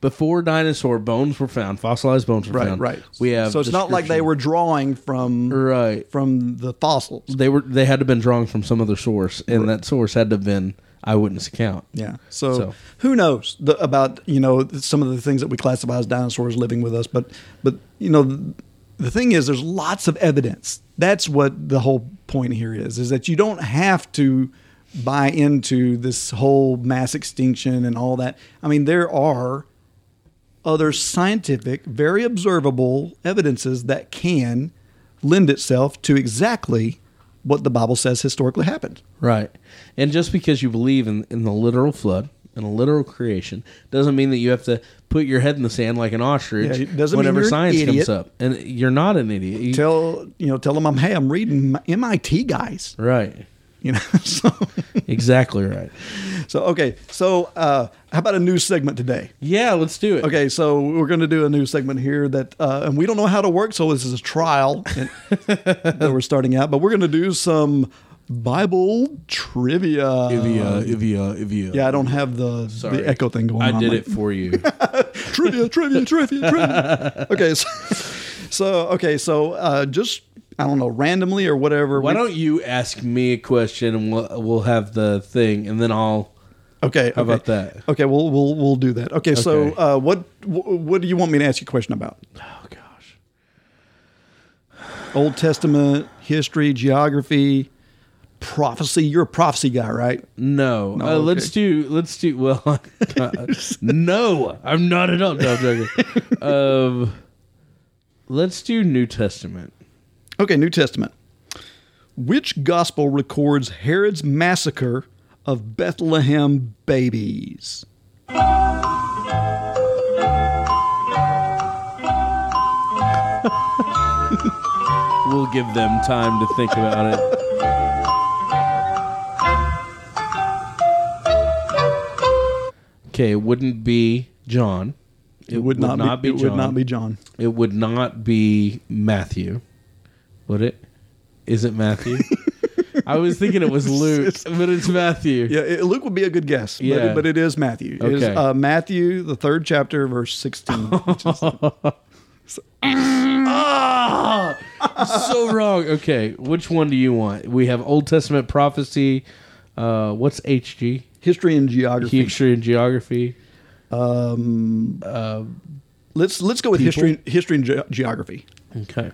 Speaker 2: Before dinosaur bones were found, fossilized bones were
Speaker 1: Right,
Speaker 2: found.
Speaker 1: right.
Speaker 2: We have
Speaker 1: So it's not like they
Speaker 2: description.
Speaker 1: were drawing from
Speaker 2: right.
Speaker 1: from the fossils.
Speaker 2: they were they had to been drawn from some other source, and that source had to have been eyewitness account.
Speaker 1: Yeah. So,
Speaker 2: So.
Speaker 1: who knows the, about you know some of the things that we classify as dinosaurs living with us? But but you know the, thing is, there's lots of evidence. That's what the whole point here is: is that you don't have to buy into this whole mass extinction and all that. I mean, there are other scientific, very observable evidences that can lend itself to exactly what the Bible says historically happened.
Speaker 2: Right. And just because you believe in, in the literal flood and a literal creation doesn't mean that you have to put your head in the sand like an ostrich
Speaker 1: Yeah, it doesn't mean
Speaker 2: whenever
Speaker 1: you're an
Speaker 2: science comes
Speaker 1: idiot.
Speaker 2: up. And you're not an idiot. You-
Speaker 1: tell you know tell them I'm hey I'm reading M- MIT guys
Speaker 2: right.
Speaker 1: You know, so,
Speaker 2: Exactly right.
Speaker 1: so okay. So uh, how about a new segment today?
Speaker 2: Yeah, let's do it.
Speaker 1: Okay, so we're going to do a new segment here that, uh, and we don't know how to work, so this is a trial and- that we're starting out, but we're going to do some Bible trivia.
Speaker 2: Ivia, Ivia, Ivia.
Speaker 1: Yeah, I don't have the, the echo thing going
Speaker 2: I
Speaker 1: on.
Speaker 2: did
Speaker 1: right
Speaker 2: it for you.
Speaker 1: trivia, trivia, trivia, trivia. Okay, so, so okay, so uh, just I don't know, randomly or whatever.
Speaker 2: Why
Speaker 1: we-
Speaker 2: don't you ask me a question and we'll, we'll have the thing and then I'll.
Speaker 1: Okay,
Speaker 2: How
Speaker 1: okay.
Speaker 2: about that?
Speaker 1: Okay, we'll we'll we'll do that. Okay, so
Speaker 2: Okay.
Speaker 1: uh, what wh- what do you want me to ask you a question about?
Speaker 2: Oh, gosh.
Speaker 1: Old Testament history, geography, prophecy. You're a prophecy guy, right?
Speaker 2: No. uh, Let's do, let's do, well, no, I'm not at all. No, I'm joking. um, let's do New Testament.
Speaker 1: Okay, New Testament. Which gospel records Herod's massacre of Bethlehem babies?
Speaker 2: We'll give them time to think about it. Okay, it wouldn't be John.
Speaker 1: It would, not, be, It would
Speaker 2: John.
Speaker 1: not be John.
Speaker 2: It would not be Matthew, would it? Is it Matthew? I was thinking it was Luke, but it's Matthew.
Speaker 1: Yeah, it, Luke would be a good guess. but-
Speaker 2: Yeah.
Speaker 1: But, it is Matthew. It is
Speaker 2: Okay.
Speaker 1: uh, Matthew, the third chapter, verse 16. which is-
Speaker 2: So wrong. Okay, which one do you want? We have Old Testament prophecy. Uh, what's HG?
Speaker 1: history and geography.
Speaker 2: History and geography.
Speaker 1: Let's let's go with history, history and ge- geography.
Speaker 2: Okay.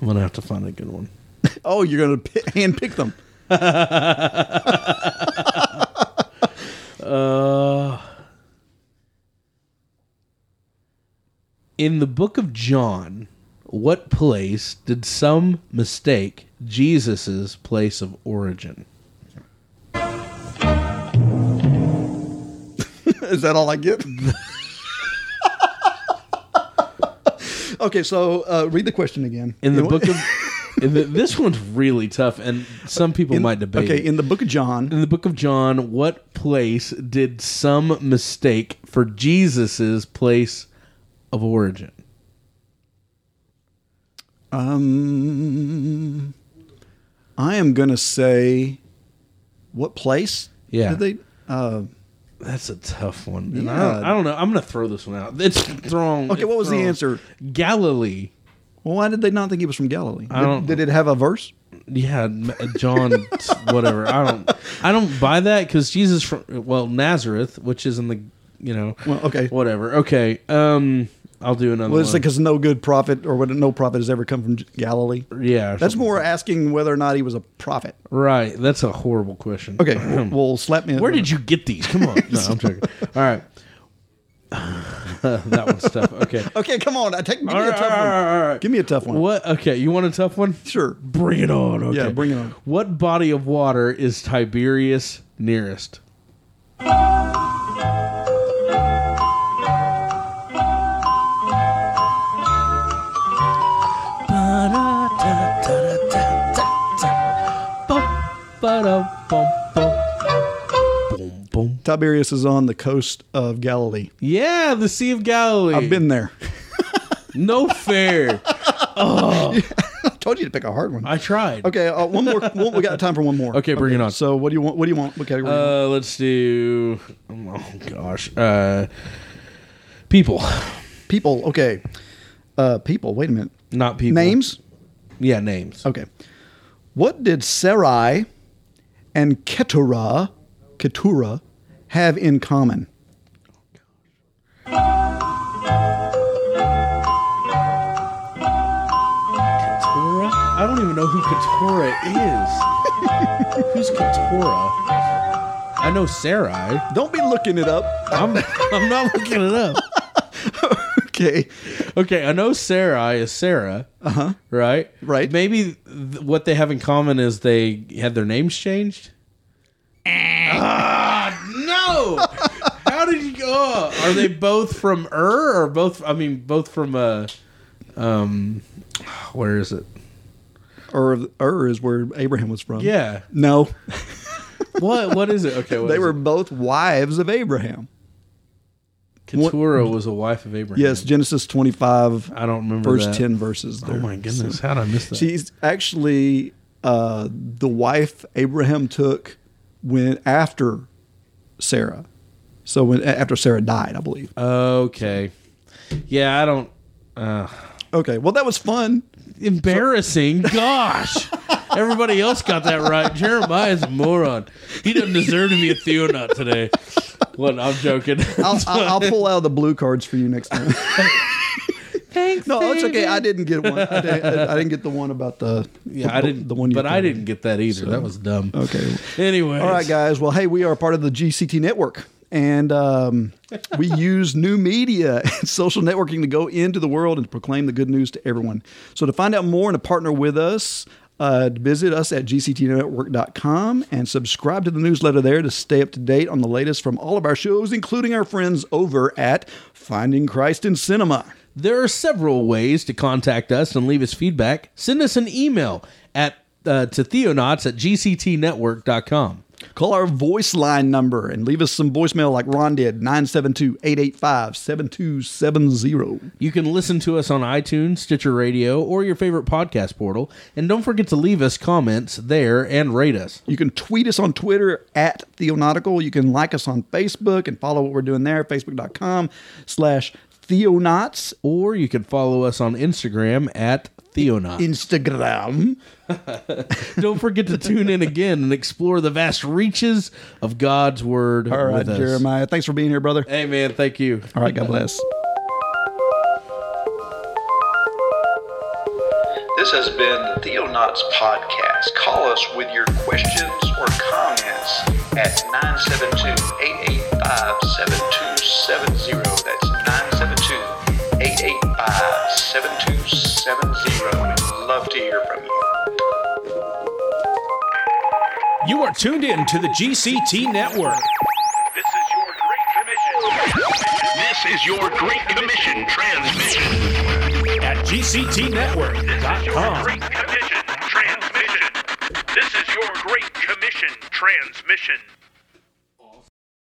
Speaker 2: I'm going to have to find a good one.
Speaker 1: Oh, you're going to hand pick them.
Speaker 2: Uh, in the book of John, what place did some mistake Jesus's place of origin?
Speaker 1: Is that all I get? okay, so uh, read the question again.
Speaker 2: In the
Speaker 1: You-
Speaker 2: book of in the, this one's really tough, and some people
Speaker 1: in-
Speaker 2: might debate.
Speaker 1: Okay,
Speaker 2: it.
Speaker 1: in the book of John.
Speaker 2: in the book of John, what place did some mistake for Jesus's place of origin?
Speaker 1: Um, I am going to say, what place?
Speaker 2: Yeah.
Speaker 1: Did they? Uh,
Speaker 2: That's a tough one. And I,
Speaker 1: Yeah.
Speaker 2: don't, I don't know. I'm gonna throw this one out. It's wrong.
Speaker 1: okay, what was the
Speaker 2: Wrong.
Speaker 1: answer?
Speaker 2: Galilee.
Speaker 1: Well, why did they not think he was from Galilee?
Speaker 2: I
Speaker 1: Did-
Speaker 2: don't-
Speaker 1: did it have a verse?
Speaker 2: Yeah, M- uh, John, whatever. I don't, I don't buy that because Jesus from well Nazareth, which is in the you know,
Speaker 1: Well, okay.
Speaker 2: whatever. Okay, um, I'll do another.
Speaker 1: Well, it's
Speaker 2: one.
Speaker 1: because no good prophet or what no prophet has ever come from J- Galilee.
Speaker 2: yeah, or
Speaker 1: That's
Speaker 2: something.
Speaker 1: more asking whether or not he was a prophet.
Speaker 2: right. That's a horrible question.
Speaker 1: Okay, well, well, slap me.
Speaker 2: where did you get these? Come on, no, I'm joking. All right, that one's tough. Okay,
Speaker 1: Okay, come on. I take give me
Speaker 2: all
Speaker 1: a
Speaker 2: right,
Speaker 1: tough
Speaker 2: all
Speaker 1: one.
Speaker 2: right, all right, all right.
Speaker 1: Give me a tough one.
Speaker 2: What? Okay, you want a tough one?
Speaker 1: Sure.
Speaker 2: Bring it on. Okay.
Speaker 1: Yeah, bring it on.
Speaker 2: What body of water is Tiberius nearest?
Speaker 1: Tiberius is on the coast of Galilee.
Speaker 2: Yeah, the Sea of Galilee.
Speaker 1: I've been there.
Speaker 2: no fair.
Speaker 1: I told you to pick a hard one.
Speaker 2: I tried.
Speaker 1: okay, uh, one more. one- we got time for one more.
Speaker 2: Okay, bring it on.
Speaker 1: So, what do you want? What do you want? What category?
Speaker 2: Uh, let's do. Oh gosh. Uh, people,
Speaker 1: people. Okay. Uh, people. Wait a minute.
Speaker 2: not people.
Speaker 1: Names.
Speaker 2: Yeah, names.
Speaker 1: Okay. What did Sarai and Keturah, Keturah, have in common?
Speaker 2: Keturah? I don't even know who Keturah is. Who's Keturah? I know Sarai.
Speaker 1: Don't be looking it up.
Speaker 2: I'm I'm not looking it up.
Speaker 1: Okay.
Speaker 2: Okay, I know Sarai is Sarah. Uh huh. Right.
Speaker 1: Uh-huh. Right.
Speaker 2: Maybe th- what they have in common is they had their names changed. Ah, no! How did you? Oh, are they both from Ur or both? I mean, both from uh, um, where is it?
Speaker 1: Ur, Ur is where Abraham was from.
Speaker 2: Yeah.
Speaker 1: No,
Speaker 2: What? What is it? Okay. What
Speaker 1: they
Speaker 2: is
Speaker 1: were
Speaker 2: it?
Speaker 1: both wives of Abraham.
Speaker 2: Keturah was a wife of Abraham.
Speaker 1: Yes, Genesis 25,
Speaker 2: I don't remember
Speaker 1: verse
Speaker 2: that.
Speaker 1: 10 verses. There.
Speaker 2: Oh my goodness! How did I miss that?
Speaker 1: She's actually uh, the wife Abraham took when after Sarah. So when after Sarah died, I believe.
Speaker 2: okay. Yeah, I don't.
Speaker 1: Okay, well that was fun.
Speaker 2: Embarrassing. Gosh. Everybody else got that right. Jeremiah's a moron. He doesn't deserve to be a theonaut today. What? I'm joking.
Speaker 1: I'll, I'll, I'll pull out the blue cards for you next time.
Speaker 2: Thanks.
Speaker 1: No, it's okay. I didn't get one. I didn't, I didn't get the one about the.
Speaker 2: Yeah, I
Speaker 1: the-
Speaker 2: didn't.
Speaker 1: The one, you
Speaker 2: but I
Speaker 1: told me.
Speaker 2: didn't get that either. that was dumb.
Speaker 1: Okay.
Speaker 2: Anyway.
Speaker 1: All right, guys. Well, hey, we are part of the GCT network, and um, we use new media and social networking to go into the world and proclaim the good news to everyone. So, to find out more and to partner with us, uh, visit us at gctnetwork.com and subscribe to the newsletter there to stay up to date on the latest from all of our shows, including our friends over at Finding Christ in Cinema.
Speaker 2: There are several ways to contact us and leave us feedback. Send us an email at uh, to theonauts at gctnetwork.com.
Speaker 1: Call our voice line number and leave us some voicemail like Ron did 972 885 7270.
Speaker 2: You can listen to us on iTunes, Stitcher Radio, or your favorite podcast portal. And don't forget to leave us comments there and rate us.
Speaker 1: You can tweet us on Twitter at Theonautical. You can like us on Facebook and follow what we're doing there, facebook.com slash Theonauts.
Speaker 2: Or you can follow us on Instagram at Theonauts.
Speaker 1: Instagram.
Speaker 2: Don't forget to tune in again and explore the vast reaches of God's Word.
Speaker 1: All right,
Speaker 2: with us.
Speaker 1: Jeremiah. Thanks for being here, brother.
Speaker 2: Hey, man, thank you.
Speaker 1: All right, God bless.
Speaker 5: This has been the Theonauts Podcast. Call us with your questions or comments at 972-885-7270. That's 972-885-7270. We'd love to hear from you.
Speaker 8: You are tuned in to the GCT Network.
Speaker 9: This is your Great Commission. This is your Great Commission transmission.
Speaker 8: at
Speaker 9: This is your
Speaker 8: GCTNetwork.com.
Speaker 9: Great Commission transmission. This is your Great Commission transmission.